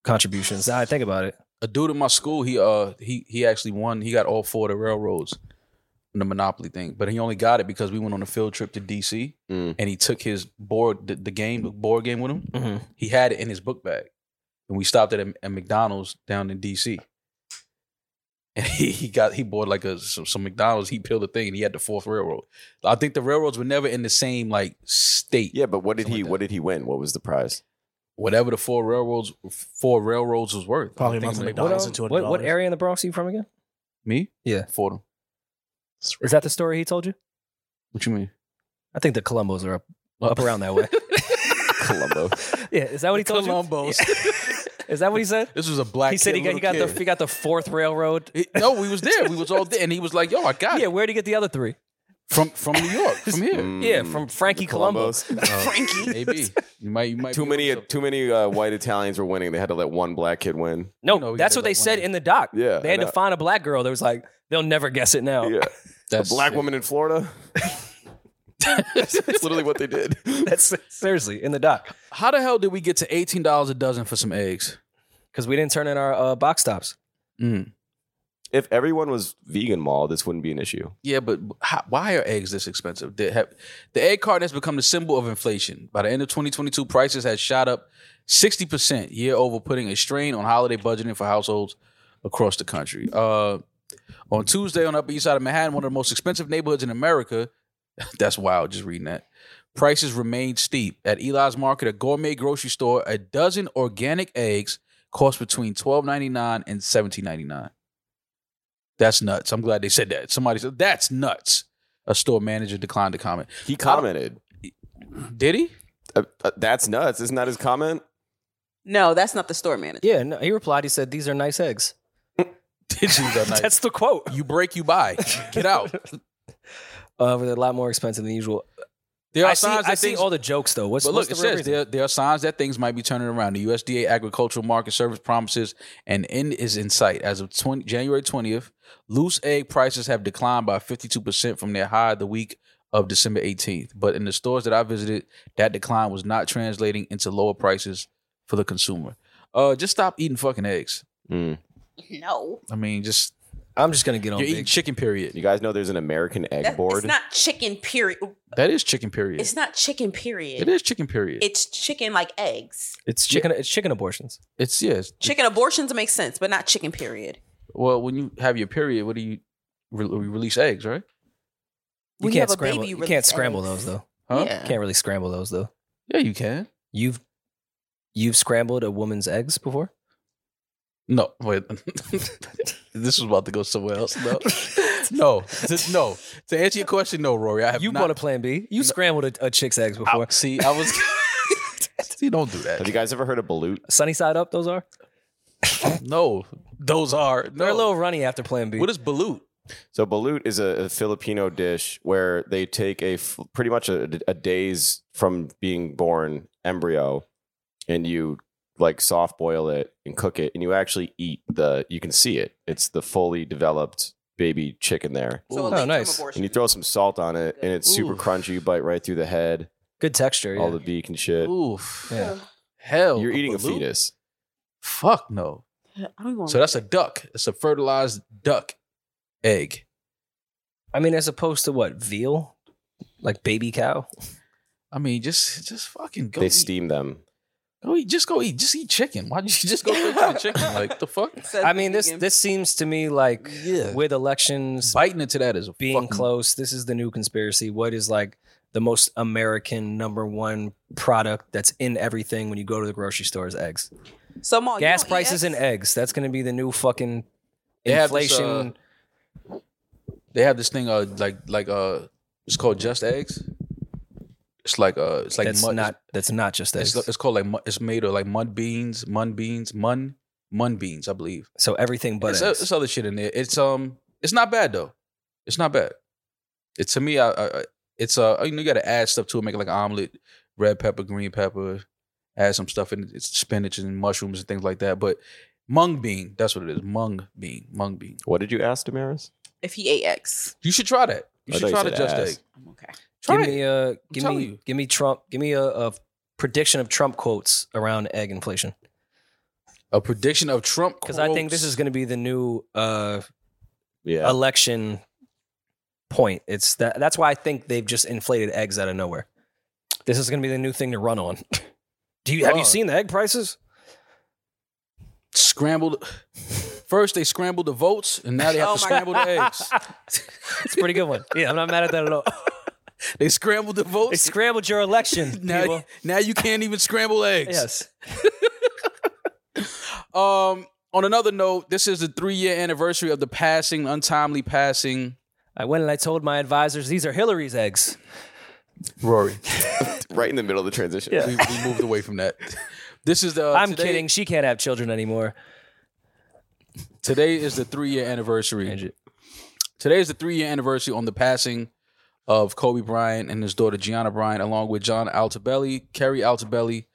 contributions. Now I think about it.
a dude in my school, he uh he he actually won. He got all four of the railroads in the Monopoly thing, but he only got it because we went on a field trip to DC
Mm.
and he took his board the, the game the board game with him.
Mm-hmm.
He had it in his book bag, and we stopped at a, at McDonald's down in DC. And he, he got he bought like a some, some McDonald's. He peeled the thing, and he had the fourth railroad. I think the railroads were never in the same like state.
Yeah, but what did
Something
he?
like that.
what did he win? What was the prize?
Whatever the four railroads four railroads was worth. I
Probably
think
amounts to
they-
What,
McDonald's
um,
and $200.
what, what area in the Bronx are you from again?
Me?
Yeah.
Fordham.
Is that the story he told you?
What you mean?
I think the Columbos are up, up around that way.
Columbo.
yeah, is that what he told
Columbos.
you? Yeah. Is that what he said?
This was a black.
he said he
kid,
got, he got
little
the
kid.
he got the fourth railroad.
He- no, we was there. We was all there, and he was like, "Yo, I got
Yeah,
it
where'd he get the other three?
from from New York, from here."
Hmm. Mm.
Yeah, from Frankie Oh. Colombo.
Frankie, maybe you might you might
Too
be
many.
onto something.
Too many uh, white Italians were winning. They had to let one black kid win.
No,
You know he
that's
got
what they
that
said
one.
in the doc.
Yeah,
they had
I
to
know.
find a black girl that was like, they'll never guess it now.
Yeah,
That's
black
sick.
woman in Florida. That's literally what they did.
That's seriously in the doc
How the hell did we get to eighteen dollars a dozen for some eggs?
because we didn't turn in our uh, box tops.
Mm.
If everyone was vegan, mall, this wouldn't be an issue.
Yeah, but how, why are eggs this expensive? They have, the egg carton has become the symbol of inflation. By the end of 2022, prices had shot up 60% year over, putting a strain on holiday budgeting for households across the country. Uh, on Tuesday, on the Upper East Side of Manhattan, one of the most expensive neighborhoods in America, that's wild just reading that, Prices remain steep. At Eli's Market, a gourmet grocery store, a dozen organic eggs cost between twelve ninety nine and seventeen ninety nine. That's nuts. I'm glad they said that. Somebody said that's nuts. A store manager declined to comment.
He commented.
Did he?
Uh, uh, that's nuts. Isn't that his comment?
No, that's not the store manager.
Yeah, no, he replied. He said, "These are nice eggs."
Did you that night?
That's the quote.
you break, you buy. Get out.
Uh, but they're a lot more expensive than usual.
There are
I see,
signs
I
that
see
things.
all the jokes though. What's,
but
what's
look,
the
it
real
says
reason?
there, there are signs that things might be turning around. The USDA Agricultural Market Service promises an end is in sight. As of 20, January 20th, loose egg prices have declined by 52% from their high the week of December 18th. But in the stores that I visited, that decline was not translating into lower prices for the consumer. Uh, just stop eating fucking eggs.
Mm.
No,
I mean, just
I'm just gonna get on
you're eating
big.
chicken. Period.
You guys know there's an American egg
that,
board.
it's not chicken. Period.
That is chicken. Period.
It's not chicken. Period.
It is chicken. Period.
It's chicken like eggs.
It's chicken. It's chicken abortions.
it's yes.
Chicken abortions make sense, but not chicken. Period.
Well, when you have your period, what do you re- we release eggs, right?
You
We
can't
have a
scramble.
baby
you
release
can't scramble those
eggs.
though.
Huh?
Yeah.
Can't really scramble those though.
Yeah, you can.
You've you've scrambled a woman's eggs before?
No, wait. this was about to go somewhere else. No, no, to, no. To answer your question, no, Rory, I have
You
not.
bought a Plan B. You scrambled a, a chick's eggs before.
Ow, see, I was. see, don't do that.
Have you guys ever heard of balut?
Sunny side up. Those are.
no, those are
They're a
no.
little runny after Plan B.
What is balut?
So balut is a, a Filipino dish where they take a f- pretty much a, a days from being born embryo, and you like soft boil it and cook it, and you actually eat the. You can see it. It's the fully developed baby chicken there,
So
Ooh.
a
Oh,
late-term
nice.
abortion.
and you throw some salt on it, and it's super
Ooh.
crunchy. You bite right through the head,
Good texture.
all
yeah.
the beak and shit.
Oof,
Yeah.
hell,
You're eating a
balut?
fetus.
Fuck no.
I don't even
So that's a duck. It's a fertilized duck egg.
I mean, as opposed to what veal, like baby cow.
I mean, just just fucking go.
They
eat.
steam them.
Go eat. Just go eat. Just eat chicken. Why don't you just go straight to the chicken? Like the fuck.
I mean, this this seems to me like
Yeah.
with elections
Biting into that is a
being
fucking-
close, this is the new conspiracy. What is like the most American number one product that's in everything when you go to the grocery store is eggs.
So Maul, Oh, you E
Gas
don't eat
prices E and
eggs?
eggs. That's going to be the new fucking
They have this, uh,
inflation.
They have this thing, uh, like like uh, it's called just eggs. It's like uh, it's like
that's
mud,
not that's not just eggs.
It's, it's called like mu- it's made of like mud beans, mun beans, mun mun beans, I believe.
so everything but
it's, uh,
eggs.
it's other shit in there. It's um, it's not bad though. It's not bad. It to me, I, I I- it's uh, you, know, you got to add stuff to it, make it like an omelet, red pepper, green pepper, add some stuff in it, it's spinach and mushrooms and things like that. But mung bean, that's what it is, mung bean, mung bean.
What did you ask, Damaris?
If he ate eggs,
You should try that. You
I
should
thought
try
you
the
said
just
ass.
egg.
I'm okay.
Try
give me
it.
uh,
I'm
give
telling
me
you.
give me Trump. Give me a, a prediction of Trump quotes around egg inflation.
A prediction of Trump
because I think this
quotes.
is going to be the new uh,
Yeah.
election point. It's that that's why I think they've just inflated eggs out of nowhere. This is going to be the new thing to run on. Do you have
Oh.
you seen the egg prices?
scrambled. First they scrambled the votes, and now they have
Oh
to
my
scramble the eggs.
It's a pretty good one. Yeah, I'm not mad at that at all.
They scrambled the
They
votes.
scrambled your election,
Now,
people.
now you can't even scramble eggs.
Yes.
Um. On another note, this is the three-year anniversary of the passing, untimely passing.
I went and I told my advisors these are Hillary's eggs.
Rory.
Right in the middle of the transition.
we, we moved away from that. This is the.
I'm
Oh, today-
kidding. She can't have children anymore.
Today is the three-year anniversary.
Change it.
Today is the three-year anniversary on the passing of Kobe Bryant and his daughter Gianna Bryant, along with John Altibelli, Kerry Altibelli,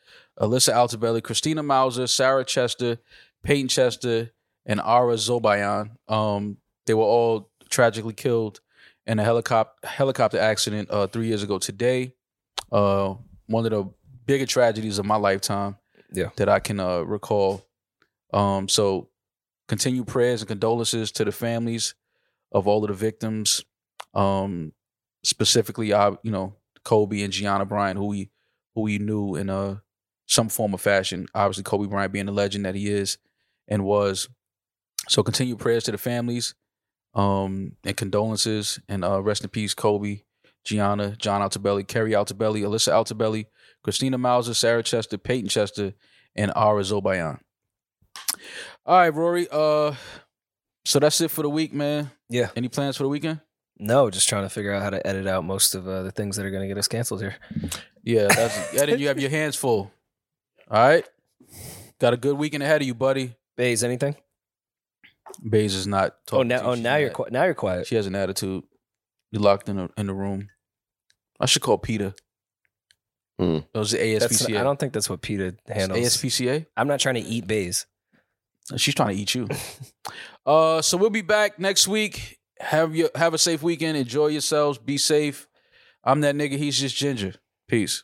Alyssa Altibelli, Christina Mauser, Sarah Chester, Peyton Chester, and Ara Zobayan. Um, they were all tragically killed in a helicopter helicopter accident uh, three years ago today. Uh, one of the bigger tragedies of my lifetime
Yeah.
that I can uh, recall. Um, so, continue prayers and condolences to the families of all of the victims. Um, specifically, uh, you know, Kobe and Gianna Bryant, who we who we knew in uh, some form of fashion. Obviously, Kobe Bryant being the legend that he is and was. So, continue prayers to the families um, and condolences, and uh, rest in peace, Kobe, Gianna, John Altabelli, Kerry Altabelli, Alyssa Altabelli, Christina Mauser, Sarah Chester, Peyton Chester, and Ara Zobayan. All right, Rory. Uh, so that's it for the week, man.
Yeah.
Any plans for the weekend?
No, just trying to figure out how to edit out most of uh, the things that are going to get us canceled here.
Yeah, that's Eddie, you have your hands full. All right. Got a good weekend ahead of you, buddy.
Bays, anything?
Baze is not
Oh,
talking.
now,
to you.
oh,
She's
now you're
mad.
qui- now you're quiet.
She has an attitude. You locked in the, in the room. I should call Peter.
Mm.
That was the
Hmm. That's,
ASPCA.
I don't think that's what Peter handles.
ASPCA.
I'm not trying to eat Bays.
She's trying to eat you. uh, so we'll be back next week. Have your have a safe weekend. Enjoy yourselves. Be safe. I'm that nigga. He's just ginger. Peace.